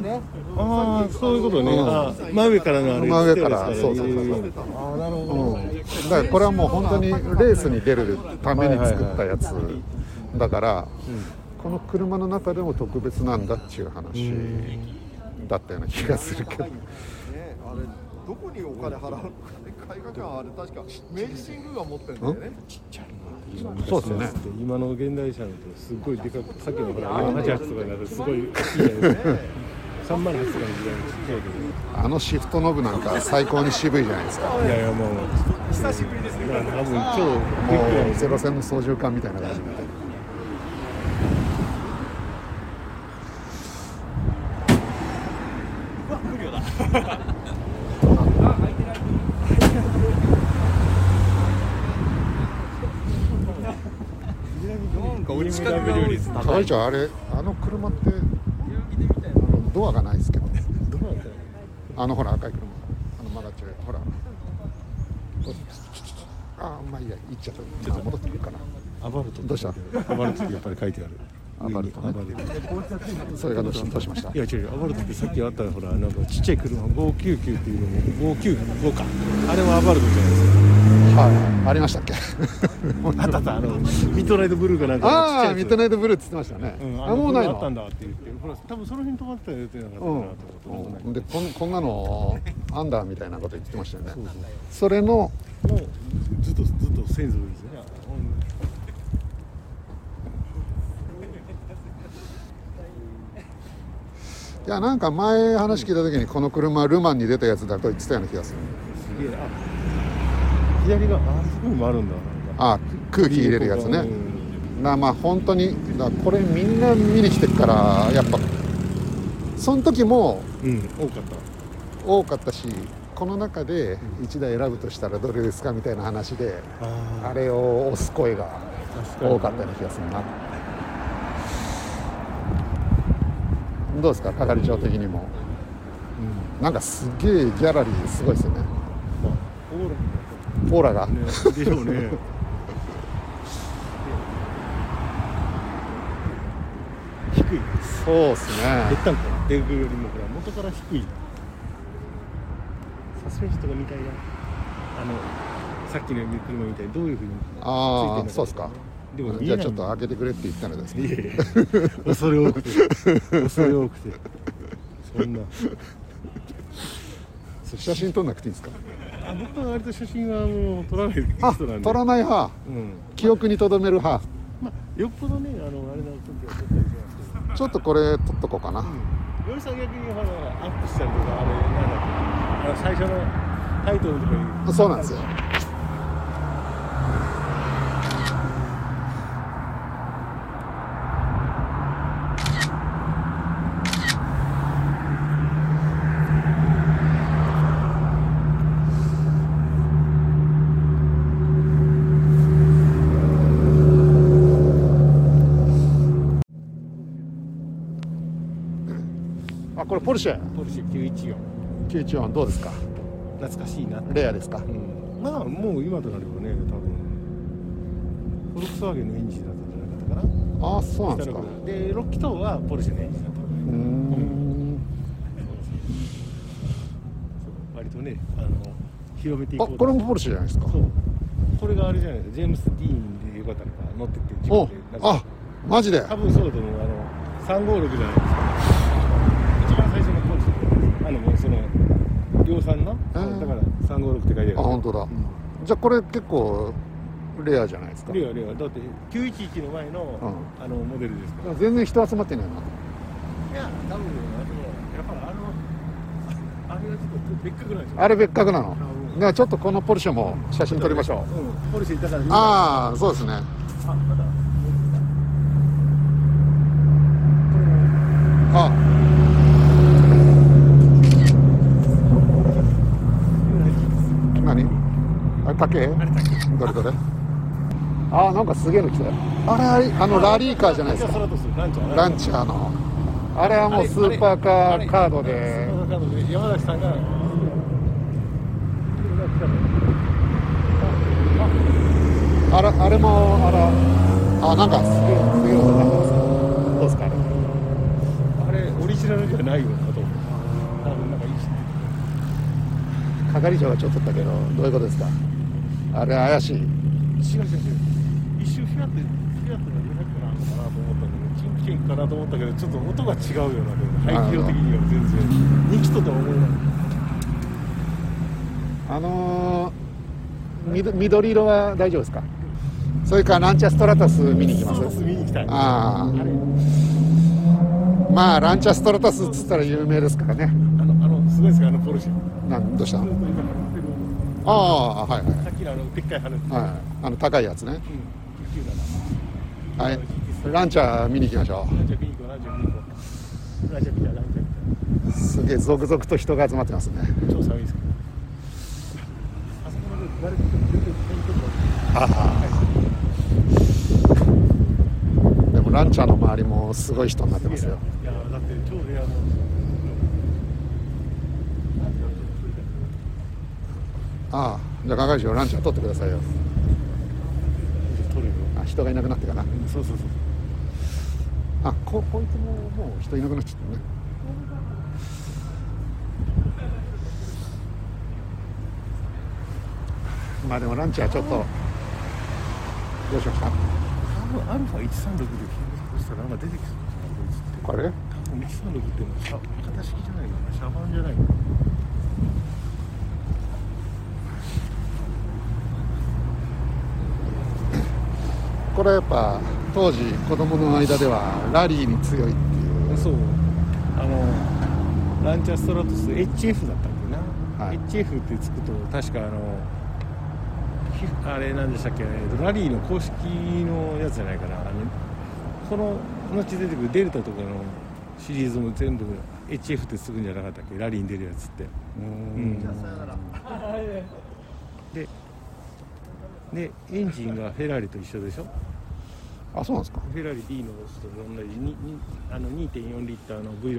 B: ああそういうことね、
A: うん
B: あー真上からのあれ
A: 真上から
B: です
A: そうそうそうそう
B: あーなるほど、
A: うん、だからこれはもう本当にレースに出るために作ったやつだから、この車の中でも特別なんだっていう話だったような気がするけど
F: ねあれどこにお金払うのかね絵画館あれ確か明治神宮が持ってるんだよね
A: そうですね
B: 今の現代車だとすごいでかくさっきのほら488とかになるとすごいいいじゃないですか308とかの時代もちっちゃいけ
A: あのシフトノブなんか最高に渋いじゃないですかも
B: どいやいやもう久しぶりですね多分超ビッグや
A: うゼロ戦の操縦桿みたいな感じで
F: なんかお近くより
A: 係長あれあの車ってドアがないですけどあのほら赤い車あの曲がっちゃうほらあまあいいや行っちゃった、まあ、戻ってくるかな
B: アバルト
A: どうした
B: アバルトってやっぱり書いてある
A: アバルトね
B: 上にアバルト
A: それがどうしどうしました
B: いや違う違うアバルトってさっきあったほらなんかちっちゃい車599っていうのも595かあれはアバルトじゃないですか
A: いはいありましたっ
B: <laughs>
A: け
B: あったあったあのミッドナイトブルーかなんか
A: ああミッドナ
B: イ
A: イトブルーって言ってましたね、
B: うん、
A: あもうない
B: あったん
A: の
B: だって言ってほら多分その辺止まってたやつじゃなかったかなと
A: う
B: 思って、
A: ん、
B: う
A: でこんこんなのアンダーみたいなこと言ってましたよね
B: そうそう
A: それの
B: もうずっとずっと先祖ですよね。
A: いやなんか前話聞いた時にこの車ルマンに出たやつだと言ってたような気がする
B: すげえ。あ左があそこにもあるんだなんか。
A: ああ空気入れるやつね
B: うん
A: なまあ本当にだこれみんな見に来てるからやっぱその時も
B: うん、多かった。
A: 多かったしこの中で1台選ぶとしたらどれですかみたいな話で
B: あ
A: あれを押す声が多かったような気がするなどうですか係長的にも、なんかすげえギャラリーすごいですよね
B: まあ、オーラ
A: オーラが、
B: ね、でしょうね。低い。
A: そうです
B: 減
A: ね
B: ったんかな。デグよりもほら元から低い。サスペンションとかみたいな。あのさっきの車みたいにどういうふうに
A: ああそうですか
B: でも見
A: じ
B: えな
A: ゃあ
B: い
A: ちょっと開けてくれって言ったのです
B: いやいや恐れ多くて恐れ多くてそんな
A: 写真撮んなくていいですか
B: あ僕は割と写真はもう撮らない人な
A: あ
B: んで
A: 撮らない派
B: うん
A: 記憶に留める派
B: まあよっぽどねあのあれな時は撮ったりしますけど
A: ちょっとこれ撮っとこうかな、
B: よりさん逆にほらアップしたりとかあれなんだっけあの最初のタイトルとかに
A: そうなんですよあこれポルシェ
B: ポルシェ914
A: 914どうですか
B: 懐かしいなって、
A: レアですか
B: うん、まあもう今となればね多分フォルクスワーゲンのエンジンだったんじゃなかったかな
A: ああそうなんですか
B: で6気筒はポルシェのエンジンだったの
A: うー
B: で
A: ん
B: 割とねあの広めてい
A: あ
B: こうと
A: これもポルシェじゃないですか
B: そうこれがあれじゃないですかジェームス・ディーンでよかったのか乗ってって自
A: お
B: 分でなんか
A: あマジで
B: 多分そうだと思うあの356じゃないですか一番最初のポルシェあのもうその量産のだ
A: ー
B: から356って書いてある
A: あ本当だじゃあこれ結構レアじゃないですか
B: レアレアだって911の前の,、あのモデルですから
A: 全然人集まってないない
B: や多分あのやっぱりあのあれがちょっと別格なんですよ
A: あれ別格なの
B: うん
A: ねちょっとこのポルシェも写真撮りましょう
B: うん、ポルシェだから
A: ああそうですね
B: あまだ
A: あ何あれ竹どれどれあーなんかすげえの来たよあれあれあのラリーカーじゃないですか
B: ランチャーランチャー
A: ランチャーのあれはもうスーパーカーカードで
B: スーパーカードで山崎さんがあ
A: あれあれもあらあなんかすげえすげえ音がどうですかあれ
B: れオリジナルじゃないよなと思う多分なんかいいし
A: 係長がちょっと撮ったけどどういうことですかあれ怪しい
B: 違う違う違う一瞬フィアットフィアットが200なのかなと思ったんだけどキンキンかなと思ったけどちょっと音が違うような排気量的には全然2気ととは思えない
A: あのーみど緑色は大丈夫ですかそれからランチャーストラタス見に行きます
B: そう見に行きたい
A: あ
B: あれ
A: ーまあランチャーストラタスっつったら有名ですからね
B: あのあのすごいですかあのポルシェ
A: なんどうした
B: ずっと今乗ってる
A: ああはいはい
B: さっきのあのでっかい花
A: はいあの高いやつね
B: 997
A: はいランチャー見に行きましょ
B: ラジャピンコラジャピンコラジャピンコラジャピン
A: うすげえ続々と人が集まってますね
B: コ超寒いですけどあそこまで誰か全然
A: でもランチャーの周りもすごい人になってますよ
B: いやだって超レアの
A: ああじゃあ係長ランチャー取ってくださいよ
B: 取るよ
A: あ人がいなくなってかな
B: そうそうそう
A: あここいつももう人いなくなっちゃったねまあでもランチはちょっとどうしました
B: 多分アルファ136で検索したらなんか出てきそうですね
A: これ
B: 多分136ってもうシャ型式じゃないかなシャバンじゃないかな
A: これはやっぱ当時子供の間ではラリーに強いっていう
B: そうあのランチャーストラトス HF だったっけな、
A: はい
B: HF ってつくと確かあのひあれなんでしたっけえっとラリーの公式のやつじゃないかなあのこの後出てくるデルタとかのシリーズも全部 HF ってつくんじゃなかったっけラリーに出るやつってうんででエンジンがフェラーリと一緒でしょ
A: あそうなんですか
B: フェラーリ D のやつと同じににあの2.4リッターの V6
A: め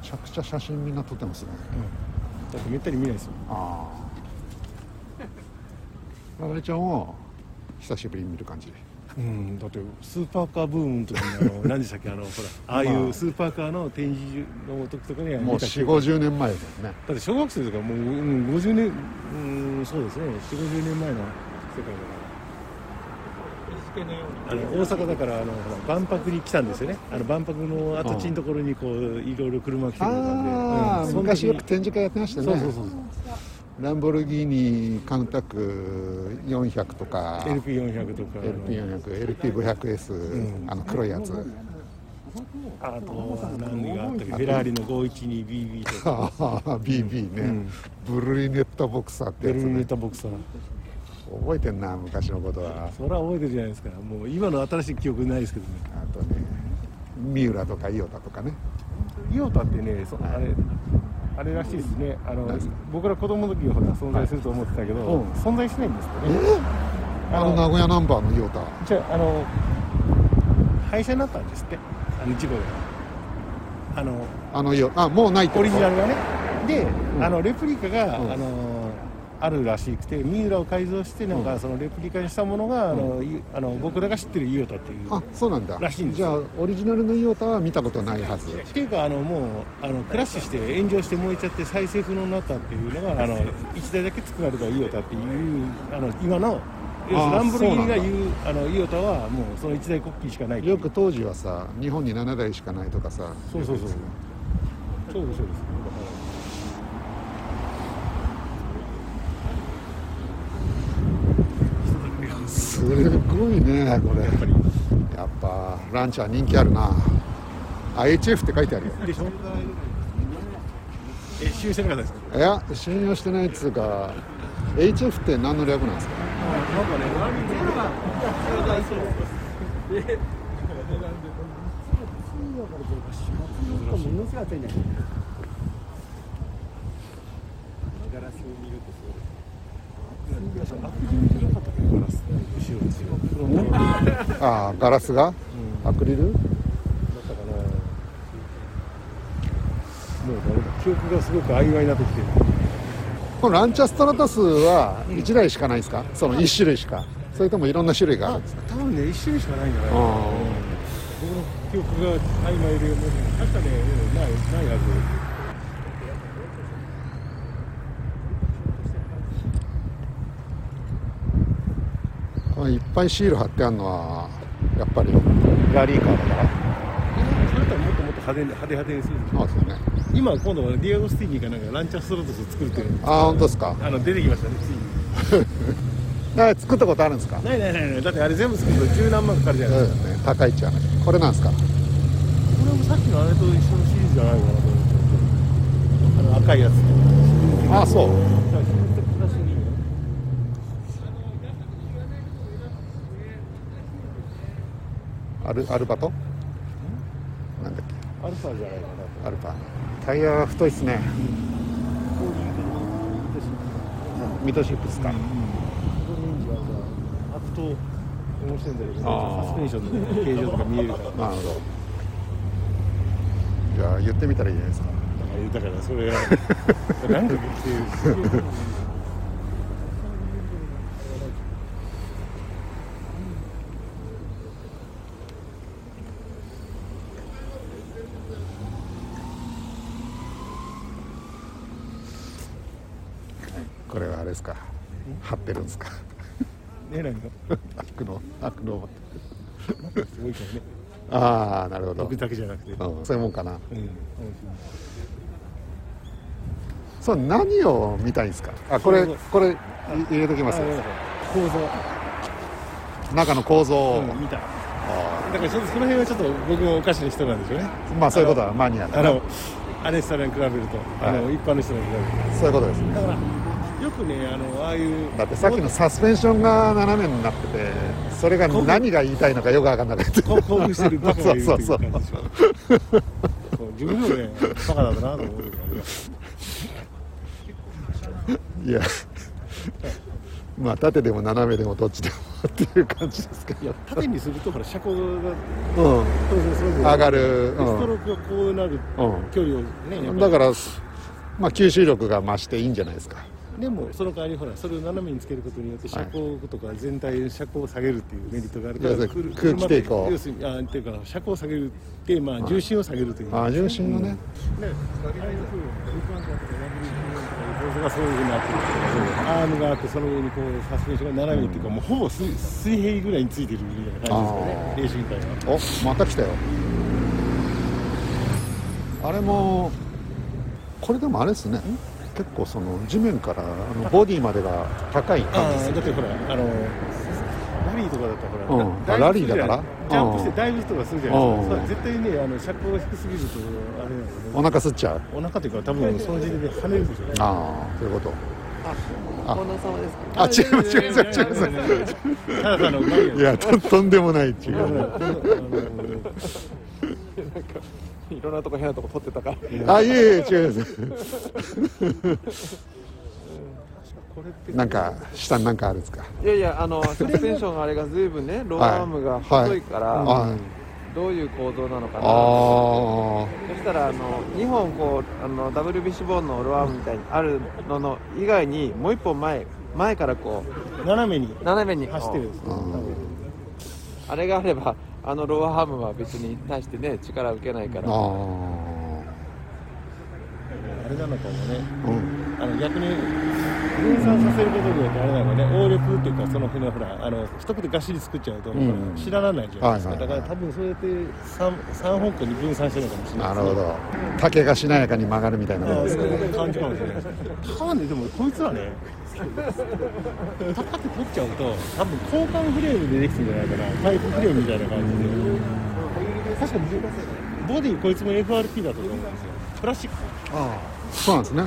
A: ちゃくちゃ写真みんな撮ってますね
B: だってめったに見ないですよ
A: ああラレちゃんを久しぶりに見る感じ
B: うん、だってスーパーカーブームの時にあの何でしたっけあのほらああい
A: まあ
B: うスーパーカーの展示の時とかには
A: もう
B: 見たけ
A: 4
B: ど
A: 5 0年前ですよね
B: だって小学生とかもう、うん、50年うんそうですね4 5 0年前の世界だからあの大阪だからあのほら万博に来たんですよねあの万博の跡地のところにこういろいろ車来てくれたんで、
A: ああ、
B: うんその時に
A: 昔よく展示会やってましたね
B: そうそうそうそう
A: ランボルギーニカウンタック400とか
B: LP400 とかあの
A: LP400、LP500S、あの黒いやつ、
B: あと何があったっけフェラーリの 512BB とか
A: ああ BB ね、
B: うん
A: ブルリネットボクサーって
B: ベ
A: や
B: ル
A: つ
B: ミネ
A: ね、
B: タボクサー
A: 覚えてんな、昔のことは、
B: それは覚えてるじゃないですかもう今の新しい記憶ないですけどね
A: あとね、三浦とか伊予田とかね、
B: イオタってねそあれあれらしいですねあの
A: 何ですか
B: 僕ら子供の時はほら存在すると思ってたけど、
A: うん
B: 存在しないんですかね
A: あの名古屋ナンバーの伊予田、
B: じゃああの廃車になったんですってあの事故であの
A: あの伊予あもうないってこ
B: オ
A: と
B: リジナルがねで、
A: ん
B: あのレプリカが、
A: うん
B: あのあるらしくて三浦を改造してなんか、そのレプリカにしたものが、あのいあの僕らが知ってるイオタっていう
A: あそうなんだ
B: らしいんです
A: じゃあ
B: よ、
A: オリジナルの伊予田は見たことないはず、
B: っていうかあのもうあのクラッシュして炎上して燃えちゃって再生不能になったっていうのがあの1台だけ作られたイオタっていうあの今の要するにランボルギーニが言うあのイオタはもうその1台国旗しかないっていう
A: よく当時はさ、日本に7台しかないとかさ、
B: そうそうそ
A: よく言っ
B: う
A: て
B: そうですそうです
A: すごいねこれやっぱランチャー人気あるな IHF って書いてあるよ
B: でしょえ修正なかったですか
A: いや信用してないっつうか HF って何の略なんですか
B: 後ろですよ
A: ああガラスが、アクリル
B: だからねもうなんか記憶がすごく曖昧になってきてる
A: このランチャーストラタスは1台しかないですかその1種類しかそれともいろんな種類があるんですか
B: 多分ね一種類しかないんじゃない
A: あ
B: かな僕の記憶が曖昧でもう確かねうんないないはず
A: ーこれいっぱいシール貼ってあるのはやっぱりラリーカーだか
B: あなたはもっともっと派手に派手派手にする
A: らあそうね
B: 今今度はディアゴスティーニかなんかランチャーストロトスを作るっていうの
A: ああ本当ですか
B: あの出てきましたねついに
A: あ作ったことあるんですか
B: ないないないないだってあれ全部作ると十何万かかるじゃ
A: そう
B: ない
A: で
B: ですすか、
A: ね高いっちゃうねこれなんですか
B: これもさっきのあれと一緒のシリーズじゃないかなと思ってあの赤いやつ
A: あそうアルアルバトなんだっけ
B: アルファじゃないかなと
A: アルバタイヤが太いっすねミドシップですか、
B: アクと面白いんだけど
A: あー
B: サスペンションの形状とか見えるからだか
A: なるほどじゃあ言ってみたらいいじゃないですから
B: だからそれが何か言ってる
A: これはあれですか張ってるんですか
B: ね何が
A: 悪の悪の
B: すごいかもね
A: ああなるほど、
B: 僕だけじゃなくて、うん
A: うん、そういうもんかな
B: うん
A: そう何を見たいんですかあこれ
B: そうそう
A: これい入れときます
B: あ構造、
A: 中の構造を、
B: うん、見ただ
A: あ
B: からちょっとその辺はちょっと僕もおかしな人なんでしょうね
A: ーまあそういうことはマニア
B: あ
A: だな
B: のアレスタに比べると、あの
A: は
B: 一般の人に比べる
A: そういうことですね
B: とだからよくねあのああいう
A: だってさっきのサスペンションが斜めになっててそれが何が言いたいのかよく分かんなくて
B: こう興奮してるバカがいるっていう
A: そう
B: 感じでしょそう自分でもねバカだったなと思うけどね
A: いや <laughs> まあ縦でも斜めでもどっちでも <laughs> っていう感じですけ
B: いや縦にするとほら車高が
A: ど、うん、
B: 当然すごく
A: 上がる、
B: でストロークがこうなる
A: う
B: 距離をね、やっぱ
A: ん、
B: り
A: だから、まあ、吸収力が増していいんじゃないですか
B: でもその代わりほらそれを斜めにつけることによって車高とか全体の車高を下げるっていうメリットがあるから
A: 要するに
B: くる
A: 空気抵抗
B: 車で要するにあっていうか車高を下げるってまあ重心を下げるという、
A: ああ重心のね、
B: ねガリガリの風を6万とかとか WD40 とかいう構造がそういうふうになってるアームがあってその上にこうサスペンションが斜めっていうか、もうほぼ水水平ぐらいについてるみたいな感じですよねレーシングカーが
A: おまた来たよあれもこれでもあれですね結構その地面からあのボディまでが高い感じですよ
B: あーだってほらあのラリーとかだったらほら、
A: うん
B: ダイブ
A: ラリーだから
B: ジャンプ
A: うん
B: してダイブとかするじゃないですか、
A: うん
B: 絶対ねあの車高が低すぎるとあれなんですよね
A: お腹すっちゃう
B: お腹というか多分その時点で跳ねるでしょうね
A: ああそういうこと
D: お花様ですか
A: あ違う違う違う違う違う
B: ただあのマリア
A: いやととんでもない違う
B: あの
F: いろんなとこ変なとこ撮ってたから
A: あいえいえ違います
B: これって
A: なんか下になんかあるんですか
F: いやいやあ <laughs> のサスペンションあれが随分ねローアームが
A: はい
F: 太いから、
A: あ
F: どういう構造なのかな
A: あ
F: そしたらあの2本こうあの WBC ボーンのローアームみたいにあるのの以外にもう1本前前からこ
B: 斜めに
F: う斜めに
B: 走ってるんですね、
F: あれがあればあのローアームは別に対してね力受けないか
A: あ
F: ら
A: あ
B: あれなのかもね
A: あうん
B: あの逆に分散させることによってあれなのね応力っていうかその辺のほらあの太くてがっしり作っちゃうと、
A: ん
B: 知らないじゃないですか、
A: はいはいはい
B: だから多分そうやって 3, 三方向に分散してるのかもしれない
A: な
B: で
A: る
B: すね
A: ほど竹がしなやかに曲がるみたいなこと
B: ああ
A: です
B: そう
A: ね
B: いう感じかもしれないですね。ターンででもこいつはね、高く取っちゃうと、多分交換フレームでできてんじゃないかな、パイプフレームみたいな感じで。確かにボディこいつも FRP だと思うんですよ。プラスチック。
A: ああそうなんですね、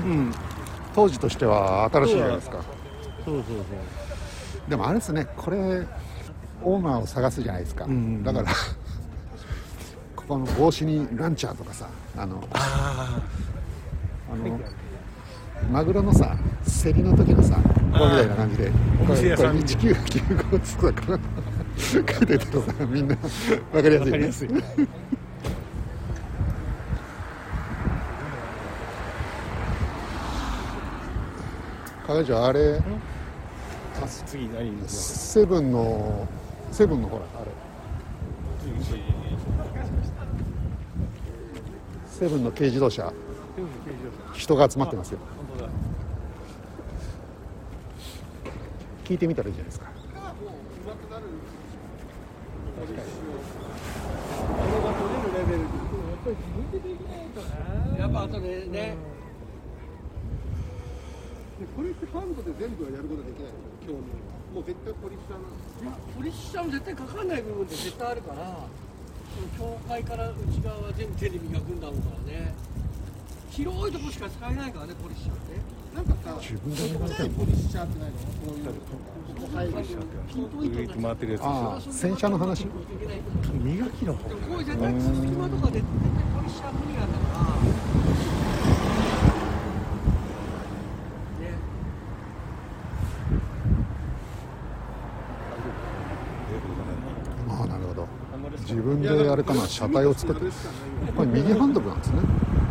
A: 当時としては新しいじゃないですか
B: そうそうそう。
A: でもあれですねこれオーナーを探すじゃないですか、だから <laughs> ここの帽子にランチャーとかさあのあのマグロのさ競りの時のさこうみたいな感じで
B: お店屋さ
A: こ
B: ん
A: れこれ1995つとか <laughs> 書いてたらさみんな分かりやすい
B: わか
A: よ
B: りや
A: ね
B: すい。
A: 彼女あれ
B: 次何に行きます
A: セブンのセブンのほらあれセブンの軽自動車人が集まってますよ聞いてみたらいいじゃないですか
D: やっぱあとでね
G: これってファンドで全部はやることできないの興味もう絶対ポリスターなんです
D: プレッシャーも絶対かかんない部分って絶対あるからその境界から内側は全部手で磨くんだろうからね広いとこしか使えないからねポリッシャーって
G: なんかさちっちゃいポリスチャーってないのこういうここ入る
B: 上行き回ってるやつでし
A: あ
B: ょ。
A: あ洗車の話
B: 磨きの方。
D: でもこういう絶対隙間とかで絶対ポリッシャー無理なんだからね
A: ああなるほど自分であれかな車体を作ってこれ右ハンドルなんですね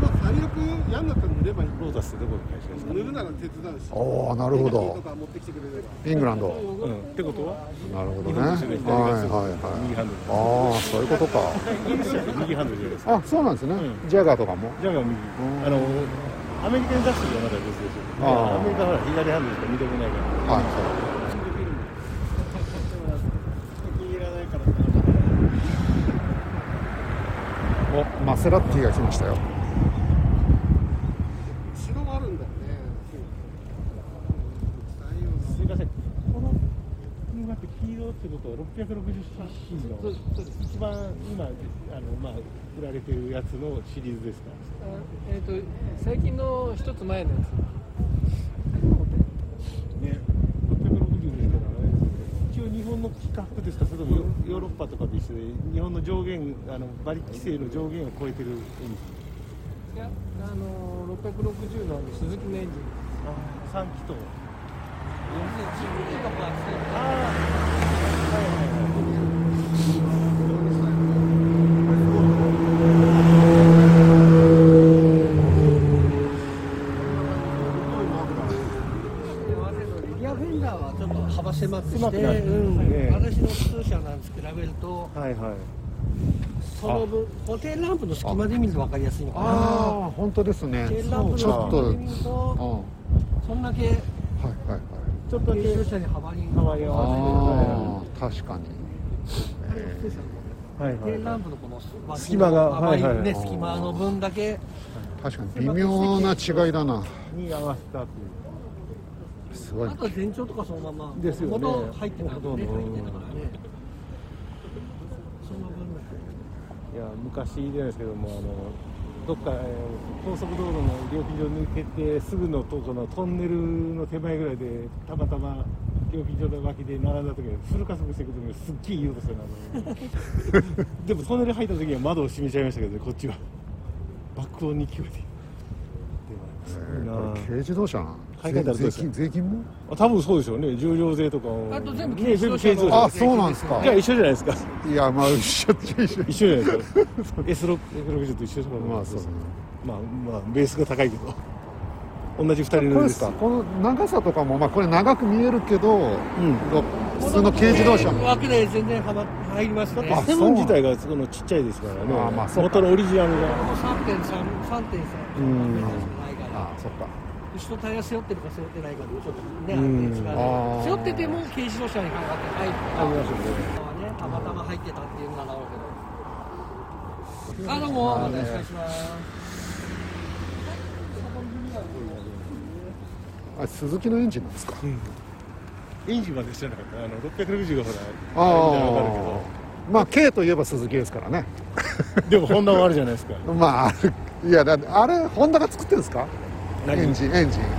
G: まあ最悪嫌になったら塗ればいい
B: ロータスってどこの会社ですか。
G: 塗るなら手伝うし
A: ああなるほ
G: テカテ
A: ど
G: とか持ってきてくれれば
A: イングランド
B: うん。ってことは
A: なるほどね
B: 日本と一緒で左
A: はい
B: が
A: はい
B: 右
A: はい
B: ハン
A: ああそういうことか
B: イギリスは右ハンドルじゃないですか。
A: あそうなんですね、ジャガーとかも
B: ジャガー右。あのアメリカに出してるのはまだ別ですよいや
A: あー
B: アメリカはほら左ハンドルしか認めないから
A: は
D: 気に入らないか
A: い
D: ら
A: おマセラッティが来ましたよ
G: 後ろがあるんだよね
B: すいませんこの車って黄色ってことは 660cc の一番今あの、まあ、売られてるやつのシリーズですか
H: えっ、と最近の一つ前のやつ
B: ね660ですからあれですけど一応日本の規格ですかそれともヨヨーロッパとかと一緒で日本の上限あの馬力規制の上限を超えてるエンジン
H: いやあの660のあの鈴木のエンジン
B: 三気筒ああはいはいはい
D: リアフェンダーはちょっと幅狭く
B: 狭
D: し
B: く
D: て、
B: なってますね
D: うん、私の普通車なんですけど比べると
B: はいはい
D: その分固定ランプの隙間で見ると分かりやすいのかな
A: ああ本当ですね
D: 固定ランプの
A: ちょっ
D: 隙間
A: とう
D: で
A: ん
D: 見ると
A: は
D: そんだけ
A: いはいはい
B: ちょっとだけ
D: 軽乗車に幅に
B: 幅に合わ
A: ああ確かに
D: あれ普通
B: せ
D: 車の
B: てはいは
D: 固
B: い
D: 定ランプのこの脇の
B: 隙間が
D: 幅にね、
B: はいはい
D: 隙間の分だけ
A: 確かに微妙な違いだな
B: に合わせたっていう
A: すごい
D: あとは全長とかそのまま
B: ですよね
D: ほとんど入ってない
B: ほとんど
D: 入ってないからねその分だけ
B: いや昔じゃないですけどもあのどっか、えー高速道路の料金所抜けてすぐのとこのトンネルの手前ぐらいでたまたま料金所の脇で並んだ時にフル加速していく時にすっげえいい音したなと思ってでもトンネル入った時には窓を閉めちゃいましたけどねこっちは爆音に聞こえて
A: え
B: で
A: ーこれ
B: もす
A: 軽
B: ごいな
A: 自動車な
B: 買い替えたらどう
A: 税
B: ですか
A: 金税金も
B: あ多分そうでしょうね重量税とかを
H: あと全部
B: ね
H: 軽自動車
B: 全部軽自動
A: あ
B: 車
A: そうなんですか
B: じゃあ一緒じゃないですか
A: いやまあ一緒っちゃ一緒
B: 一 <laughs> 緒じゃないですか S6- S60 と一緒ですもんね
A: まあそうですね
B: まあまあベースが高いけど同じ2人
A: こ
B: 乗
A: れ
B: り
A: で
B: ですす
A: かこの長さとかもまあこれ長く見えるけど、ろ普通の軽自動車も
D: 枠で全然幅入りますね
A: あ
B: セブン自体がそのちっちゃいですからね
A: あまあそうか
B: 元のオリジナル
D: こ
B: が
D: の3.3、3.3メートルしかないから
A: あ、そっか
D: 後ろタイヤ背負ってるか背負ってないかでもちょっとね、
B: うん
D: あれ違うね
A: あー
D: 背負ってても軽自動車にかかって入って
B: ありますよね
D: たのはね、たまたま入ってたっていうのはなるけど。あ、どうも、お願いします。
A: あ鈴木のエンジンなんですか
B: エンジンまで知らなかったあの660がほら
A: あ
B: あ
A: あまあ軽といえば鈴木ですからね
B: るけどでもホンダはあるじゃないですか
A: まああれいやだってあれホンダが作ってるんですかエ
B: 何
A: ンジンエンジン
B: これ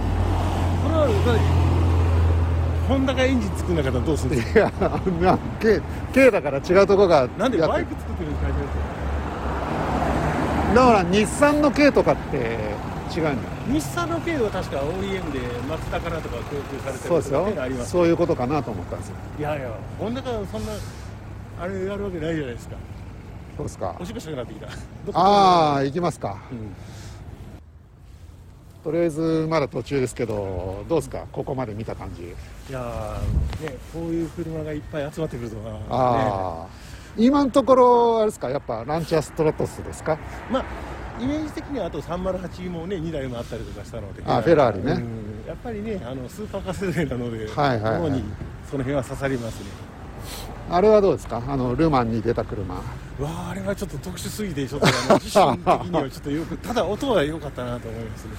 B: はだホンダがエンジン作んなかったらどうするんですか
A: いやな軽軽だから違うとこがやってる
B: なんでバイク作ってる会社ですか
A: だから日産の軽とかって違うんだよ
B: 日産の軽は確か OEM で松田からとか供給されてる
A: そうです
B: とかっていのあり
A: よ
B: ます
A: そういうことかなと思ったんですよ
B: いやいやホンダがそんなあれやるわけないじゃないですか
A: そうですか
B: おしっこしたくなってきた
A: ああ行きますか、
B: ん
A: とりあえずまだ途中ですけどどうですかここまで見た感じ
B: いやーねこういう車がいっぱい集まってくるとは
A: ああ、今のところあれですかやっぱランチャーストラトスですか
B: ね、まあイメージ的にはあと308もね2台もあったりとかしたので
A: あフェラーリね
B: うんやっぱりねあのスーパーカスレなので、
A: はいはいはい
B: 主にその辺は刺さりますね
A: あれはどうですかあのルマンに出た車
B: うわーあれはちょっと特殊すぎてちょっとあの自身的にはちょっとよく <laughs> ただ音は良かったなと思いますね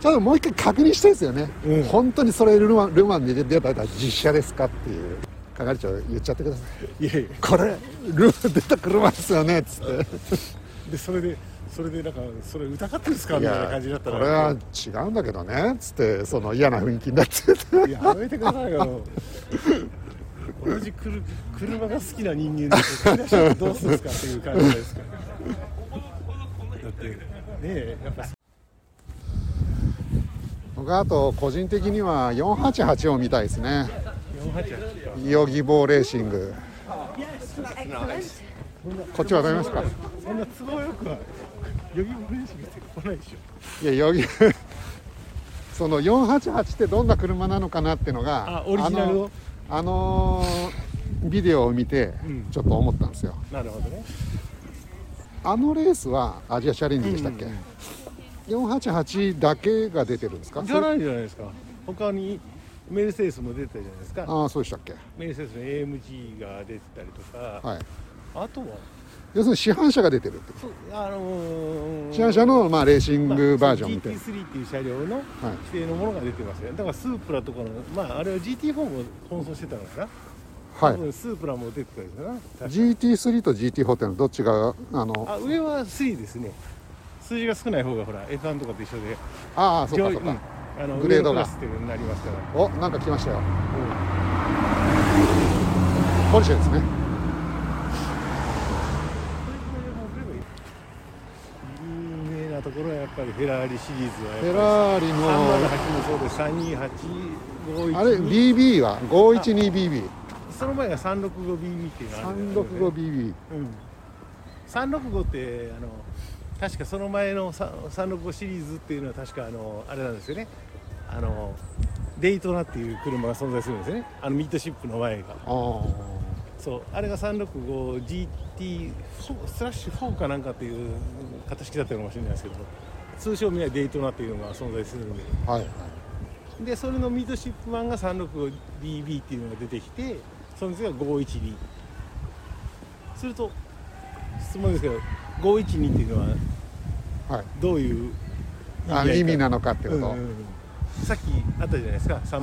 A: ちょっともう一回確認したいですよね、
B: うん
A: 本当にそれルマンルマンに出たら実車ですかっていう係長言っちゃってください
B: いやいや
A: これルマン出た車ですよねっつって
B: でそれでそれでなんかそれ疑ってるんですか
A: い
B: みたいな
A: や
B: 感じだった
A: こ
B: ら
A: れは違うんだけどねっつってその嫌な雰囲気になって <laughs>
B: いややめてくださいよ同じくる車が好きな人間で好きな人どうするんですかっていう感じですからだってねえやっぱ
A: 僕あと個人的には488を見たいですね
B: 488
A: ヨギボーレーシングこっち渡りますか
B: そんな都合よくは予備も練習してこないでしょ
A: いやヨギ <laughs> その488ってどんな車なのかなってのが
B: あオリジナルを
A: あのあのビデオを見て
B: うん
A: ちょっと思ったんですよ、
B: なるほどね
A: あのレースはアジアチャレンジでしたっけ、 488だけが出てるんですか
B: じゃないじゃないですか他にメルセデスも出てたじゃないですか
A: ああそうでしたっけ
B: メルセデスの AMG が出てたりとか、
A: はい
B: あとは
A: 要するに市販車が出てるって
B: そうあのー
A: 市販車のまあレーシン
B: まあ
A: グバージョンみたいな、
B: GT3 っていう車両の
A: はい
B: 規定のものが出てますよねだからスープラとかのまああれは GT4 も奔走してたのかな
A: は
B: 多
A: い、
B: 分スープラも出てたんですよな確か
A: GT3 と GT4 ってのはどっちがあの
B: あ上は3ですね数字が少ない方がほら F1 とかと一緒で
A: ああそうか
B: 上
A: そうか、
B: うんあの
A: グレードが
B: 上のクラスっていうのになりますから
A: おなんか来ましたよ、ポルシェですね
B: 有名なところはやっぱりフェラーリシリーズは
A: フェ
B: やっ
A: ラーリ
B: ぱり
A: の
B: 308もそうです32851
A: あれ BB は 512BB365BB
B: その前が 365BB っていうのがあるんだけどねうん、365ってあの確かその前のさ365シリーズっていうのは確かあのあれなんですよねあのデイトナっていう車が存在するんですよねあのミッドシップの前が
A: ああ
B: そうあれが 365GT スラッシュ4かなんかっていう形式だったのかもしれないですけど通称名はデイトナっていうのが存在するので
A: はいはい
B: でそれのミッドシップ版が 365BB っていうのが出てきてその次が512すると質問ですけど512っていうのは
A: はい
B: どういう
A: あ
B: 意
A: 意味
B: 味合いか
A: なのかってこと、
B: うんうんうんさっきあったじゃないですか308って
A: あ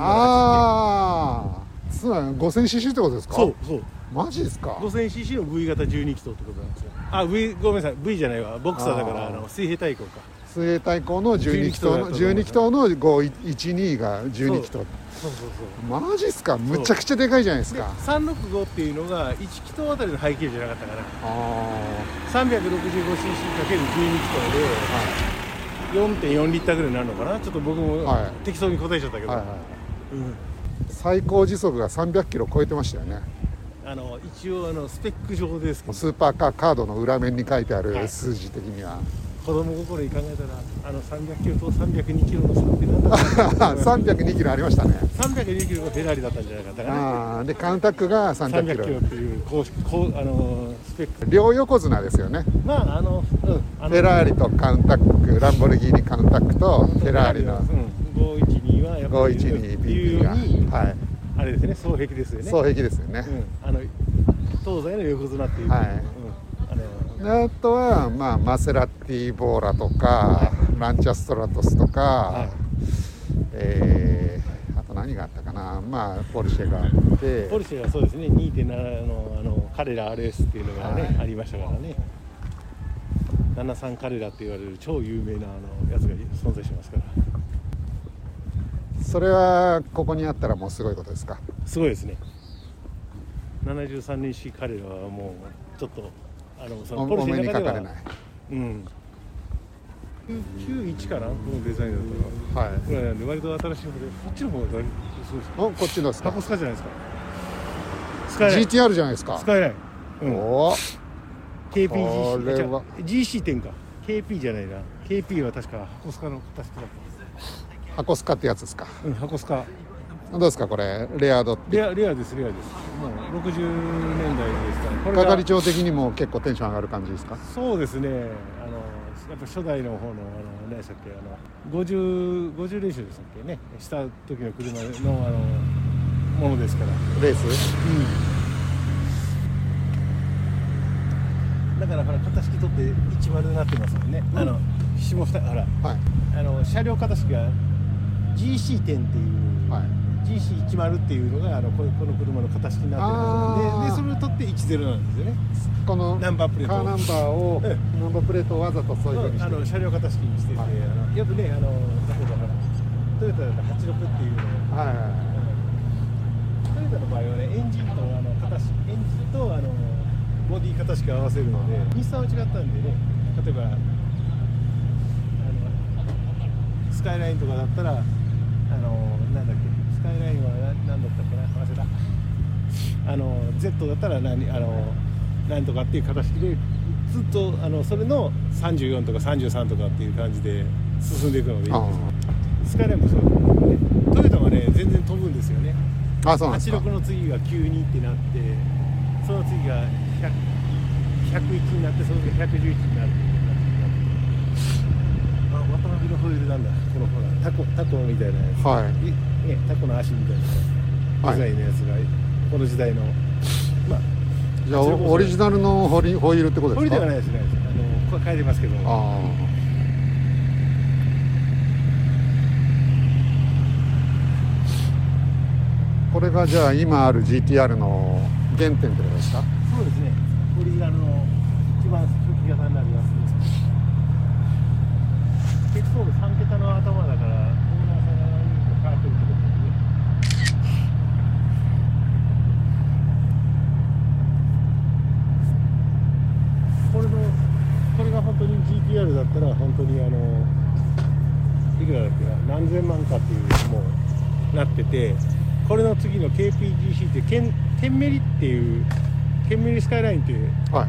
A: あつまり 5000cc ってことですか
B: そうそう
A: マジですか
B: 5000cc の V 型12気筒ってことなんですよあ V ごめんなさい V じゃないわボクサーだから
A: あ
B: あ
A: ー
B: の水平対向か
A: 水泳対抗の12気筒の
B: 12
A: 12気
B: 気筒
A: 筒の512が12気筒
B: そうそうそう
A: マジっすかむちゃくちゃでかいじゃないです
B: で
A: か
B: 365っていうのが1気筒あたりの配給じゃなかったから
A: あ
B: 365cc×12 気筒で4.4リッターぐらいになるのかなちょっと僕も
A: はい
B: 適当に答えちゃったけ
A: あ
B: ど、
A: はいはい
B: うん
A: 最高時速が300キロ超えてましたよね
B: あの一応あのスペック上ですけど
A: スーパーカーカードの裏面に書いてあ
B: はい
A: る数字的には、
B: 子供心に考えたらあの300キロと302キロの差って何
A: <laughs>
B: だったのかな
A: 302キロありましたね
B: 302キロがフェラーリだったんじゃなかったかな
A: ああでカウンタックが300
B: 300
A: キ
B: キロ
A: ロ
B: っていう公式こうあのスペック
A: 両横綱ですよね
B: まああの,、うん、あの
A: フェラーリとカウンタックランボルギーニカウンタックとフェラーリの
B: うん、512はやっぱりい
A: 512BB
B: うよ
A: が
B: うに
A: はい
B: あれですね双璧ですよね
A: 双璧ですよね、
B: うん、あの東西の横綱っていう、
A: はい
B: うん、あの
A: であとは、まあ、マセラティ・ボーラとかランチャストラトスとか、
B: い
A: えーあと何があったかな、まあ、ポルシェがあって
B: ポルシェはそうですね2.7のあのカレラ RS っていうのがね、
A: はい
B: ありましたからね73カレラって言われる超有名なあのやつが存在しますから
A: それはここにあったらもうすごいことですか
B: すごいですね73年式カレラはもうちょっとあのそ
A: お
B: のポル
A: お
B: シ
A: 目
B: ェ
A: に
B: の中
A: か
B: で
A: かれ
B: は
A: ない、
B: うん991かなこのデザインだった
A: はい、
B: らぐらいなんで割と新しいのでこっちの方がだいぶすごいです
A: おこっちのです
B: タ
A: か
B: コスカじゃないですかスカイライン
A: GTR じゃないですか
B: スカイラインうん
A: おおこ
B: KPGC
A: れは
B: あ違う GC 点か KP じゃないな KP は確か箱スカの形だっ
A: 箱スカってやつですか
B: たうん箱スカ
A: どうですかこれレアード
B: レアレアですレアですもう60年代ですからこれが
A: 係長的にも結構テンション上がる感じですか
B: そうですねあのやっぱ初代の方のあの何でしたっけあの 50, 50練習でしたっけねした時の車のあのものですから
A: レース
B: だからほら型式取って一丸になってますもんね、あの下二ほ
A: は
B: ら
A: い
B: あの車両型式が GC 点っていう、
A: はい
B: GC10 っていうのがあのここの車の形になってるはずなんででそれを取って10なんですよね
A: この
B: ナンバープレート
A: カーナンバーを
B: え
A: ナンバープレートをわざとそういうふうにし
B: あ
A: てる
B: の車両型式にしてて、
A: はい
B: あのよくねあの例えばほらトヨタだったら86っていうのを
A: はいはいはい
B: トヨタの場合はねエンジンとあの形エンジンとあのボディ形式を合わせるので日産は違ったんでね例えばあのスカイラインとかだったらあのなんだっけスカイラインは何だったっけな忘れたあの Z だったら何あのなんとかっていう形式でずっとあのそれの34とか33とかっていう感じで進んでいくので
A: あ
B: スカイラインもそうだけどねトヨタはね全然飛ぶんですよね
A: ああそうなんですか
B: 86の次が92ってなってその次が100 101になってその次が111になってあ終わったト並みのホイールなんだこのほらタコタコみたいなやつ
A: はい
B: いね、タコの足みたいな
A: はい
B: デザインのやつが、この時代のまあ
A: じゃあオオリジナルのホリホイールってこと
B: こ
A: で
B: れ
A: す
B: で
A: か
B: はないですねあのここは変えてますけども
A: ああこれがじゃあ今ある GTR の原点ってことですか
B: そうですねオリジナルの一番初期型になります結構3桁の頭だからオーナーさんが何人か変えてるってことですねこれのこれが本当に GTR だったら本当にあのいくらだっけな何千万かっていうもうなっててこれの次の KPGC ってケンケンメリっていうケンメリスカイラインっていう
A: は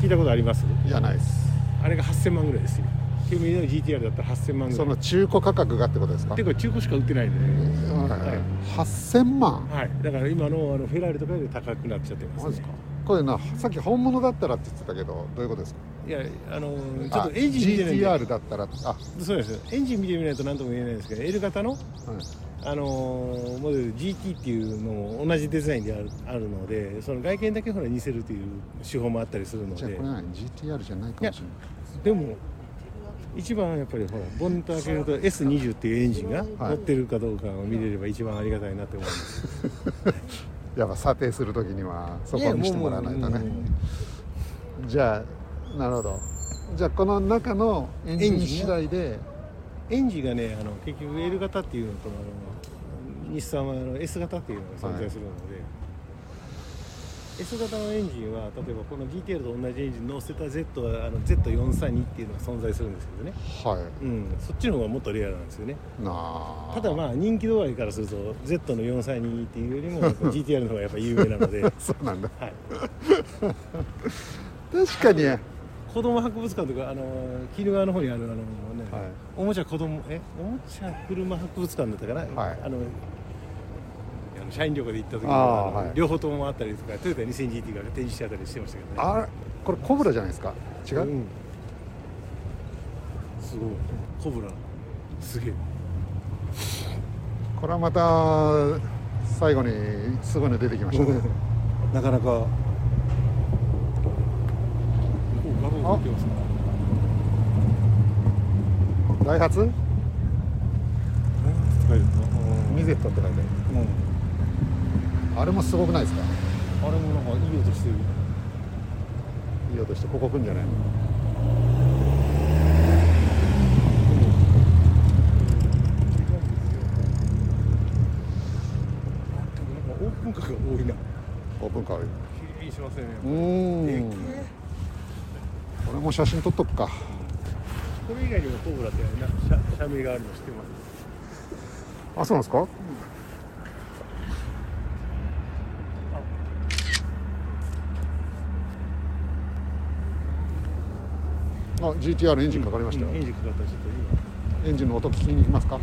B: 聞いたことあります
A: いいやないです
B: あれが8000万ぐらいですよケンメリの GTR だったら8000万ぐ
A: そ
B: らい
A: の中古価格がってことですか
B: てか中古しか売ってないんで、
A: はい8000万
B: はい、だから今のあのフェラーリとかより高くなっちゃってます,、
A: マ
B: ね、
A: ジですかこれなさっき本物だったらって言ってたけどどういうことですか
B: いやあのちょっとエンジン見てないんで
A: GTR だったらあ、
B: そうですエンジン見てみないと何とも言えないんですけど L 型の
A: うん
B: あのーモデル GT っていうのも同じデザインであるあるのでその外見だけほら似せるという手法もあったりするの
A: じゃあ
B: で
A: これ何 GTR じゃないかもしれない
B: でも一番やっぱりほらボンネット開けると S20 っていうエンジンが乗ってるかどうかを見れれば一番ありがたいなって思います
A: やっぱ査定する時にはそこを見せてもらわないと
B: やもうも
A: ねじゃあなるほどじゃあこの中のエンジン次第で
B: うエンジンがねあの結局 L 型っていうのとあの日産はあの S 型っていうのが存在するので、S 型のエンジンは例えばこの GTR と同じエンジン乗せた Z はあの Z432 っていうのが存在するんですけどね
A: は
B: うん、そっちの方がもっとレアなんですよね
A: いなあ
B: ただまあ人気度合いからすると Z の432っていうよりも GTR の方がやっぱ有名なので、はい、
A: そうなんだ確かにはい
B: 子供博物館とかあの鬼怒川の方にあるあの、ねおもちゃ子供えおもちゃ車博物館だったかな、
A: はい
B: あのあの社員旅行で行った時に
A: あー
B: あの
A: はい
B: 両方ともあったりとかトヨタ 2000GT が展示してあったりしてましたけどね
A: あれこれコブラじゃないですか違う、
B: ん、すごいコブラすげえ
A: これはまた最後にすごいの出てきましたね
B: なかなかこう画像が出てますね
A: ダイハツ
B: 使える
A: ミゼットって書いて
B: うん
A: あるあれもすごくないですか
B: あれもなんかいい音してる
A: いい音してここ来んじゃないの
B: なんかオープン感が多いな
A: オープンカー多い
B: いいしますよね
A: うーんこれも写真撮っとくか
B: これ以外にもコブラってな社社名があるの知ってます
A: あそうなんですかあ GTR エンジンかかりましたよ、
B: エンジンかかったらちょっと
A: エンジンの音聞きに行きますか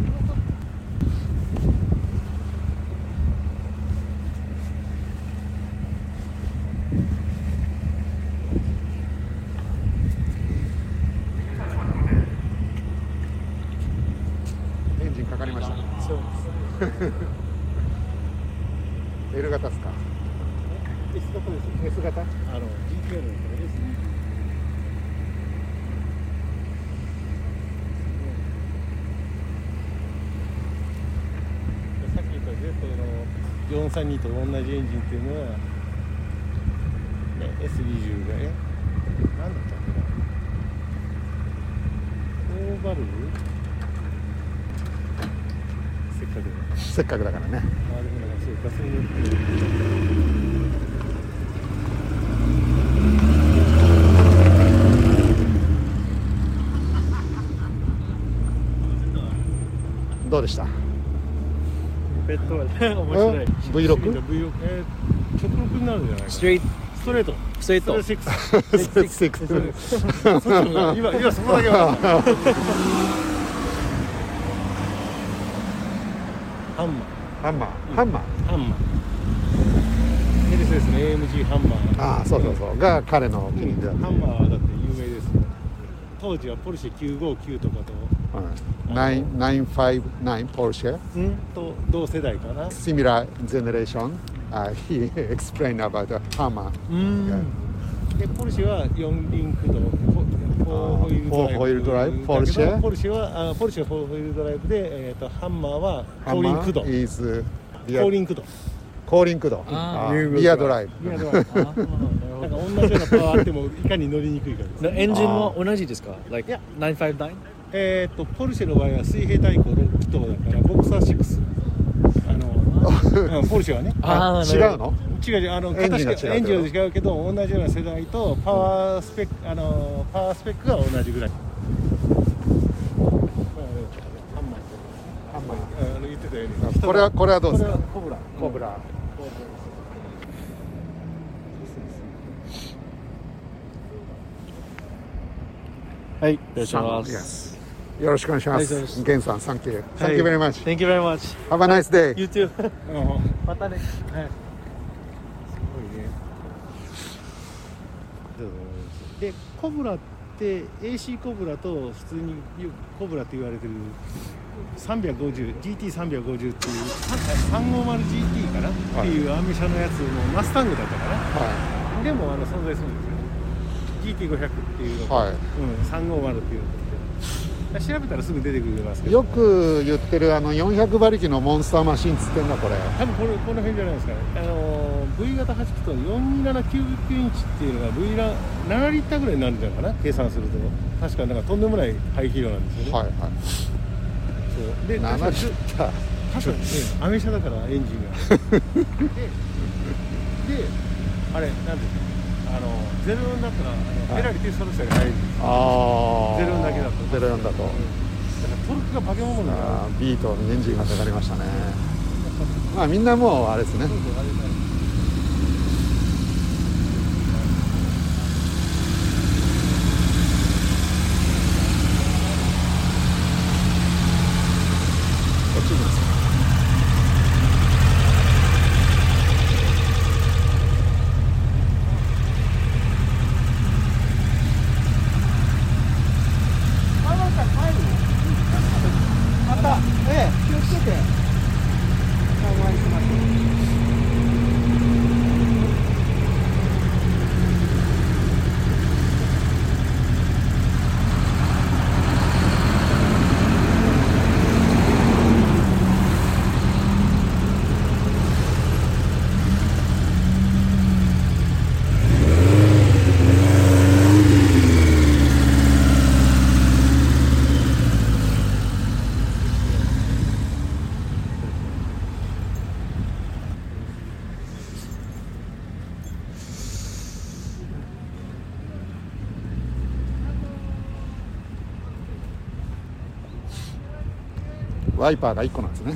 A: エンジンかかりましたね
B: 今そう
A: L 型ですか
B: S 型です
A: S 型
B: あの GTR のこれですねさっき言った Z の432と同じエンジンっていうのは、ね、S20 がね何だったっけなオーバルブせっかくだから
A: せっかくだからね
B: あでもなんかそうガソリンの
A: どうでした
B: ペットはね面白い。
A: V6
B: V6 えー直録になるんじゃないかな。ス
E: トレー
B: トレート。
E: ストレー
B: そ
E: ト
B: れシックス。
A: 6
B: そっちの方が今今そこだけは。ハンマ
A: ハンマーハンマー
B: ー、ハンマー。メルセデスの AMG ハンマー。
A: ああそうそうそうが彼のお気
B: う
A: に入りだっ
B: ん
A: た
B: ハンマーはだって有名です。当時はポルシェ959とかと
A: Nine nine five nine Porsche.
B: うんと同世代かな
A: Similar generation. Uh, he <laughs> explained about the Hummer.
B: でポルシェは四輪駆動フォフォーホイールドライブ
A: フォーホイールドライブポルシェ
B: だけどポルシェはあポルシェはフォーホイールドライブで、えー、とハンマーは後輪駆動
A: Hummer is uh,
B: 後輪駆動
A: 後輪駆動。
E: あ
A: あーリアドライブ。
B: リアドライブなんか同じようなパワーあってもいかに乗りにくいかですね
E: エンジンも同じですか ?Like 959?
B: えっとポルシェの場合は水平対向6気筒だからボクサー6あ
A: <laughs>
B: の、うんポルシェはね
E: あー
A: 違
E: なるほ
A: うの？
B: 違う違うあの
A: エンジンが違う
B: 形がエンジンは違うけど同じような世代とパワースペックあのパワースペックが同じぐらい。うんあの言ってたように
A: これはこれはどうです
B: これ
A: か
B: は？コブラ
A: コブラ。。
F: はい。よ
E: ろしくお願いします
A: よろしくお願いしま
F: はい
A: す。ゲンさん、サンキュー。サンキュー very much。
F: Thank you very much.
A: Have a nice day.
F: You too.
B: うん
F: またね。はい。
B: でコブラって AC コブラと普通にコブラって言われてる 350GT350 っていう 350GT かな、
A: はい
B: っていうアメ車のやつのマスタングだったかな
A: は
B: でもあの存在するんですよ GT500 っていうの
A: い。
B: と、
A: は
B: うん、350っていうのとって調べたらすぐ出てくれますけ
A: い。
B: ど
A: よく言ってるあの400馬力のモンスターマシンっつってんだこれ。
B: 多分これこの辺じゃないですかね、あのー V 型8気筒427キュービックインチっていうのが V ラ7リッターぐらいになるんじゃないかな計算すると確かなんかとんでもない排気量なんですよね、
A: はいはい。
B: そうで確か
A: 7
B: に
A: リッター。
B: 確かに、ね、アメ車だから
A: <laughs>
B: エンジンがでであれなんていうのあの0にだったらあのフェラーリティストロスより速いんですよ
A: ああ。
B: 04だけだと
A: ゼロ四だと。
B: だからトルクが化け物だから
A: あービートにエンジンがかかりましたね。まあみんなもうあれですね。こっち行きますワイパーが1個なんですね。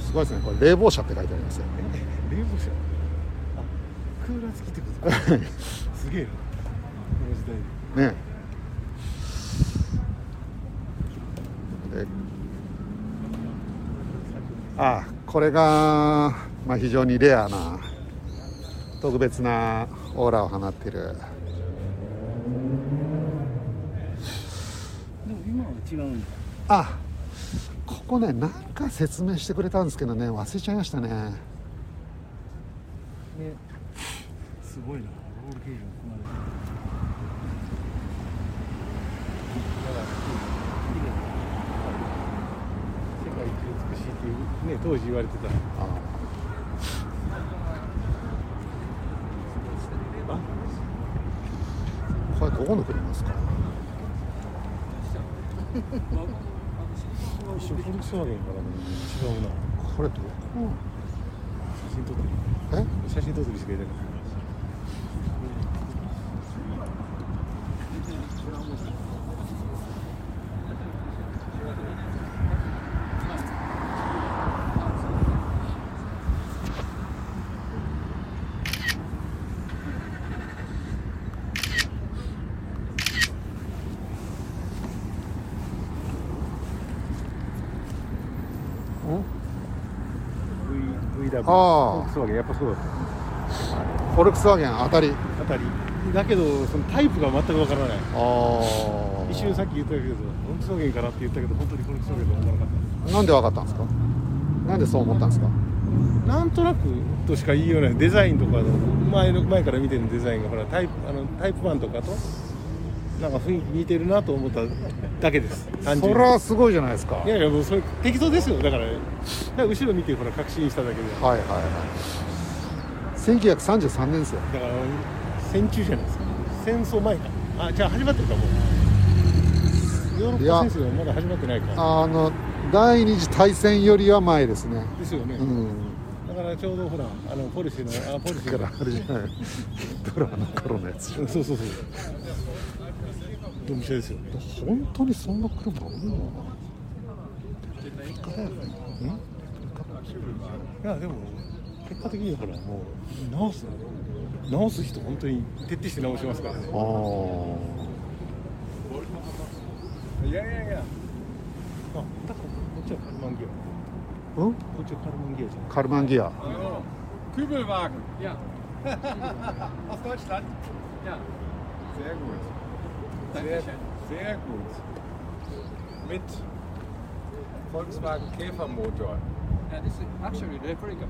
A: すごいですね。これ冷房車って書いてありますよ。
B: 冷房車あクーラー付きってこ
A: <laughs>
B: とかすげえなこの時代に
A: ねえであこれが、まあ、非常にレアな特別なオーラを放っている
D: でも今は違うんだ
A: あここねなんか説明してくれたんですけどね忘れちゃいましたね
B: すごいなロールケージもここまで世界一美しいっていうね当時言われてた
A: あこれどこの車ですか
B: 一緒フォルクスワーゲンから違うな
A: これどこ
B: 写真撮って
A: え
B: る写真撮ってる人がいたから
A: あー
B: VW フォルクスワーゲンやっぱそうだった
A: フォルクスワーゲン当たり
B: あたりだけどそのタイプが全くわからない
A: あ
B: 一瞬さっき言ったけどフォルクスワーゲンかなって言ったけど本当にフォルクスワーゲンとは思わなかっ
A: あなんでわかったんですかなんでそう思ったんですか
B: たなんとなくとしか言いようないデザインとかの前の前から見てるデザインがほらタイプあのタイプ1とかとなんか雰囲気似てるなと思っただけです単
A: そ
B: 純
A: れ
B: に
A: はすごいじゃないですかはい
B: いやいやもうそれ適当ですよだからだから後ろ見てほら確信しただけでだか
A: はいはい1933年ですよ
B: ら戦中じゃないですか戦争前かあじゃあ始まってるかもうヨーロ
A: い
B: ッ
A: や
B: パ戦争はまだ始まってないか
A: あの第二次大戦よりは前ですね
B: ですよね、
A: うん
B: だからちょうどほらあのポリシーのあポリシ
A: だ
B: ー
A: からあれじゃない <laughs> ドラマの頃のやつじゃん
B: うんそうそうそうドンピシャですよね
A: 本当にそんな車あるのかない
B: やでも結果的にほらもう直す直す人本当に徹底して直しますからね
A: あー
B: いやいやいやあだからこっちはカルマンギア
A: うん
B: こっちはカルマンギアじゃない
A: カルマンギア
C: Kübelwagen. Ja. Aus Deutschland. Ja. Sehr gut. Sehr, sehr gut. Mit Volkswagen Käfermotor.
H: Yeah, this is actually replica,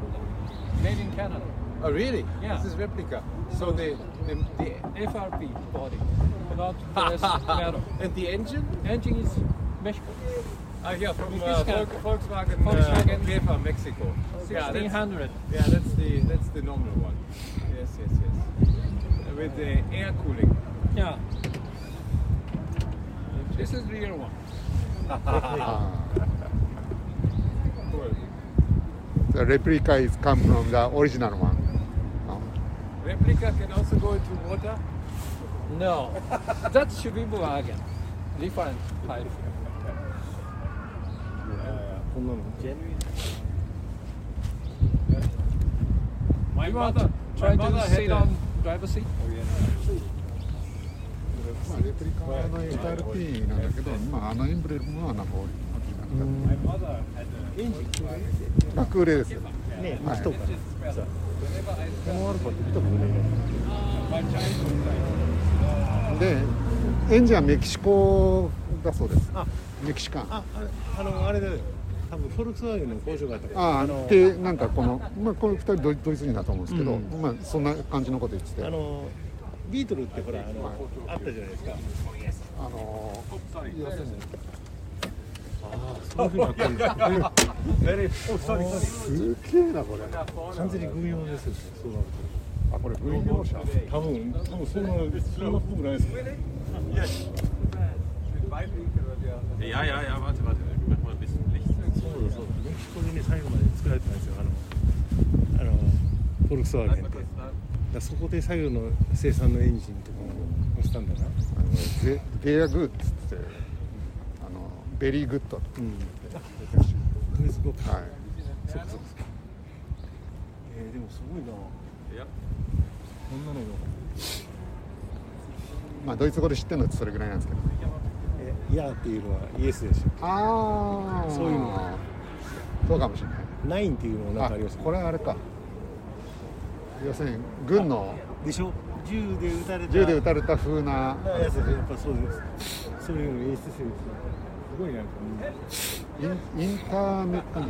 H: made in Canada.
C: Oh, really?
H: Yeah.
C: This is replica. So the, the, the
H: FRP body, without press metal.
C: and the engine?
H: Engine is Mexico,
C: Ah, here from
H: With
C: uh,
H: this car.
C: Volk, Volkswagen,
H: Volkswagen.
C: uh, Käfer, Mexico. Yeah, that's-
H: 1600.
C: Yeah, that's the that's the normal one. Yes, yes, yes. Uh, With the air cooling.
H: Yeah. This is real one.
A: あ
C: Cool.
A: ーレプリカ is come from the original one
C: Replica can also go into water.
H: No, that should be Volkswagen. Different type.
B: こんなの
H: My you want to try
C: mother
H: to
C: had
H: sit
C: a-
H: on driver's seat?
A: まあ、レプリカの FRP なんだけど、まあ、あのエンブレムはなんかオリジナルだったバック売れですよ
B: ね
A: はい
B: 人からこのアルファって見たことないから
A: でエンジンはメキシコだそうです
B: あ
A: メキシカンあ
B: あ、あれあのあれだよ。多分フォルクスワーゲンの工場があったから。
A: あ
B: の
A: でなんかこの、まあ、この2人ドイドイツ人だと思うんですけど、まあ、そんな感じのこと言ってて
B: あ
A: あの
B: のビートルってほらあのあったじゃないですか。
A: 要するに
B: そういう風にあったんですよ
A: すげえなこれあ
B: 完全に軍用ですよ。そうなる
A: これ軍用車
B: と。多分多分そんなそんなっぽくないですよ。
I: Ja, ja, ja, warte, warte. Ich mach mal ein bisschen Licht.
B: そうだそうだ。メキシコでね最後まで作られてたんですよ。あのあのフォルクスワーゲンって。だからそこで最後の生産のエンジンとかもしたんだな。
A: ゼゼアグッドっつってあのベリーグッドって
B: うん。
A: 言ってる
B: それすごく。
A: しはい
B: そうかそうか。えー、でもすごいな。
I: Ja.
B: こんなのが。
A: まあドイツ語で知ってるのってそれぐらいなんですけど
B: え、いやっていうのはイエスでし
A: ああ
B: そういうのか
A: そうかもしれない
B: ょ。ナインっていうのもなんかありますよね
A: これはあれか要するに軍の
B: でしょ銃で撃たれた
A: 銃で撃たれた風な
B: なやつでやっぱそうですそういうの演出してるんですよすごいなんか
A: インインターネットに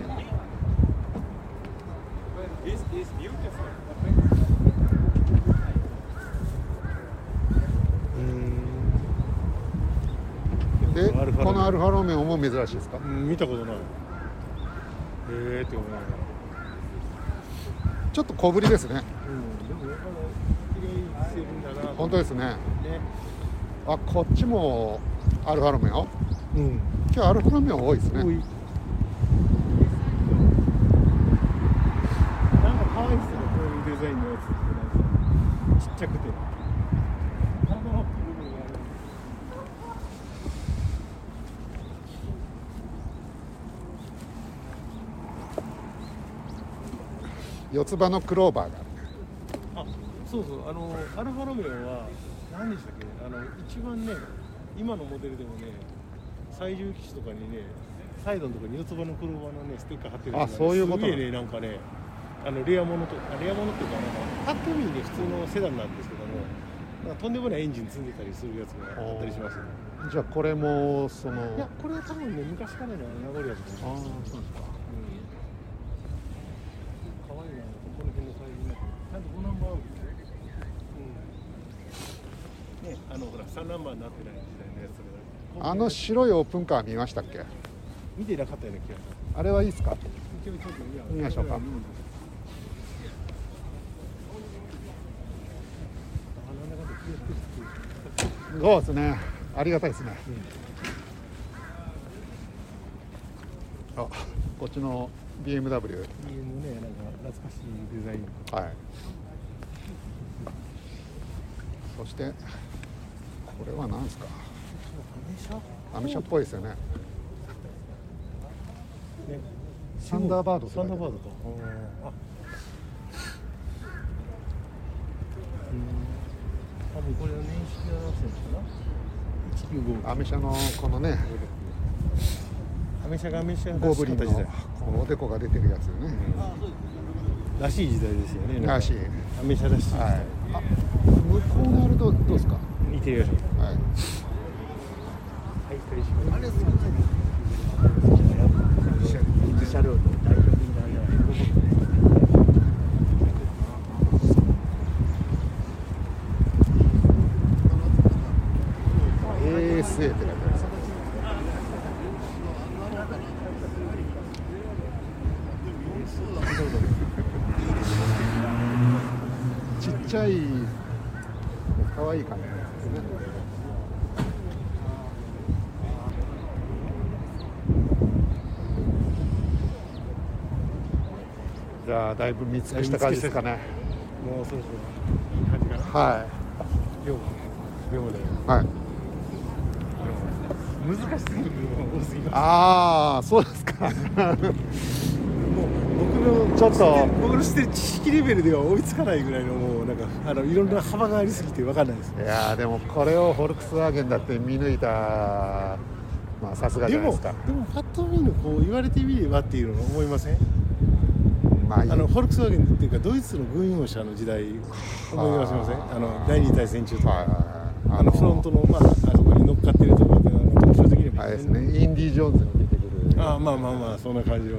I: Ist, ist beautiful.
A: で
B: アルファロメオ
A: このアルファロメオも珍しいですか
B: うん見たことないへえって思いながら
A: ちょっと小ぶりですね
B: うんでもやっぱり綺麗にしてるんだな
A: 本当ですね
B: ね
A: あこっちもアルファロメオ
B: うん
A: 今日アルファロメオ多いですね
B: 多いなんか可愛いっすねこういうデザインのやつってなんかちっちゃくて体の部分がある
A: 四つ葉のクローバーがある
B: あそうそうあのアルファロメオは何でしたっけあの一番ね今のモデルでもね最重機種とかにねサイドのところに四つ葉の車のねステッカー貼ってるのが
A: あそういうこと
B: すげえねなんかねあのレアものとあレアものっていうかなんかハットミーで普通のセダンなんですけどもなんかとんでもないエンジン積んでたりするやつがあったりします、
A: じゃあこれもその
B: いやこれは多分ね昔からの名残やと
A: あ
B: 思う
A: あそうですか
B: 可愛いなこの辺のサイズになってちゃんと5ナンバーあるんですね、うん、ねあのほら3ナンバーになってない時代のやつとかだ
A: あの白いオープンカー見ましたっけ
B: 見てなかったような気がする
A: あれはいいですか
B: ちょいちょいちょいいや
A: 見ましょうかそうですねありがたいですね、あこっちの BMW
B: 家のねなんか懐かしいデザイン
A: はい。そして、これは何ですか。アメ車っぽいですよね。
B: ね
A: サンダーバード。
B: サンダーバードかあ多分これは年式が何かな
A: アメ車のこのね、
B: 195アメ車がアメ車が
A: ゴブリン
B: 出
A: の
B: し方時代
A: このおでこが出てるやつよね。
B: らしい時代ですよね
A: らしい。
B: アメ車らしい時代、
A: はい。あ、向こうのあれどうどうですか。
B: 見てみましょう
A: はい。
B: はい失礼します
A: え ASA って書いてあります。ちっちゃい可愛い感じなんですね。じゃあだいぶ見尽くした感じですかね。
B: もうそろそろいい感じかな
A: は
B: 量量だよ
A: いはい。
B: 難しすぎる量多すぎます
A: ああそうですか。
B: 僕の
A: ちょっと
B: 僕の知ってる知識レベルでは追いつかないぐらいのもうなんかあのいろんな幅がありすぎて分かんないです
A: いやーでもこれをフォルクスワーゲンだって見抜いたまあさすがじ
B: で
A: ゃないで
B: も
A: すか
B: でもファットミーのこう言われてみればっていうの思いません
A: まあいい
B: あのフォルクスワーゲンっていうかドイツの軍用車の時代思い出しませんあの第二次大戦中と
A: はいはい
B: か
A: はい
B: あのフロントのまああそこに乗っかってるところっていうのは特徴的に
A: あれですねインディ・ジョーンズに出てくる
B: ああまあまあまあそんな感じの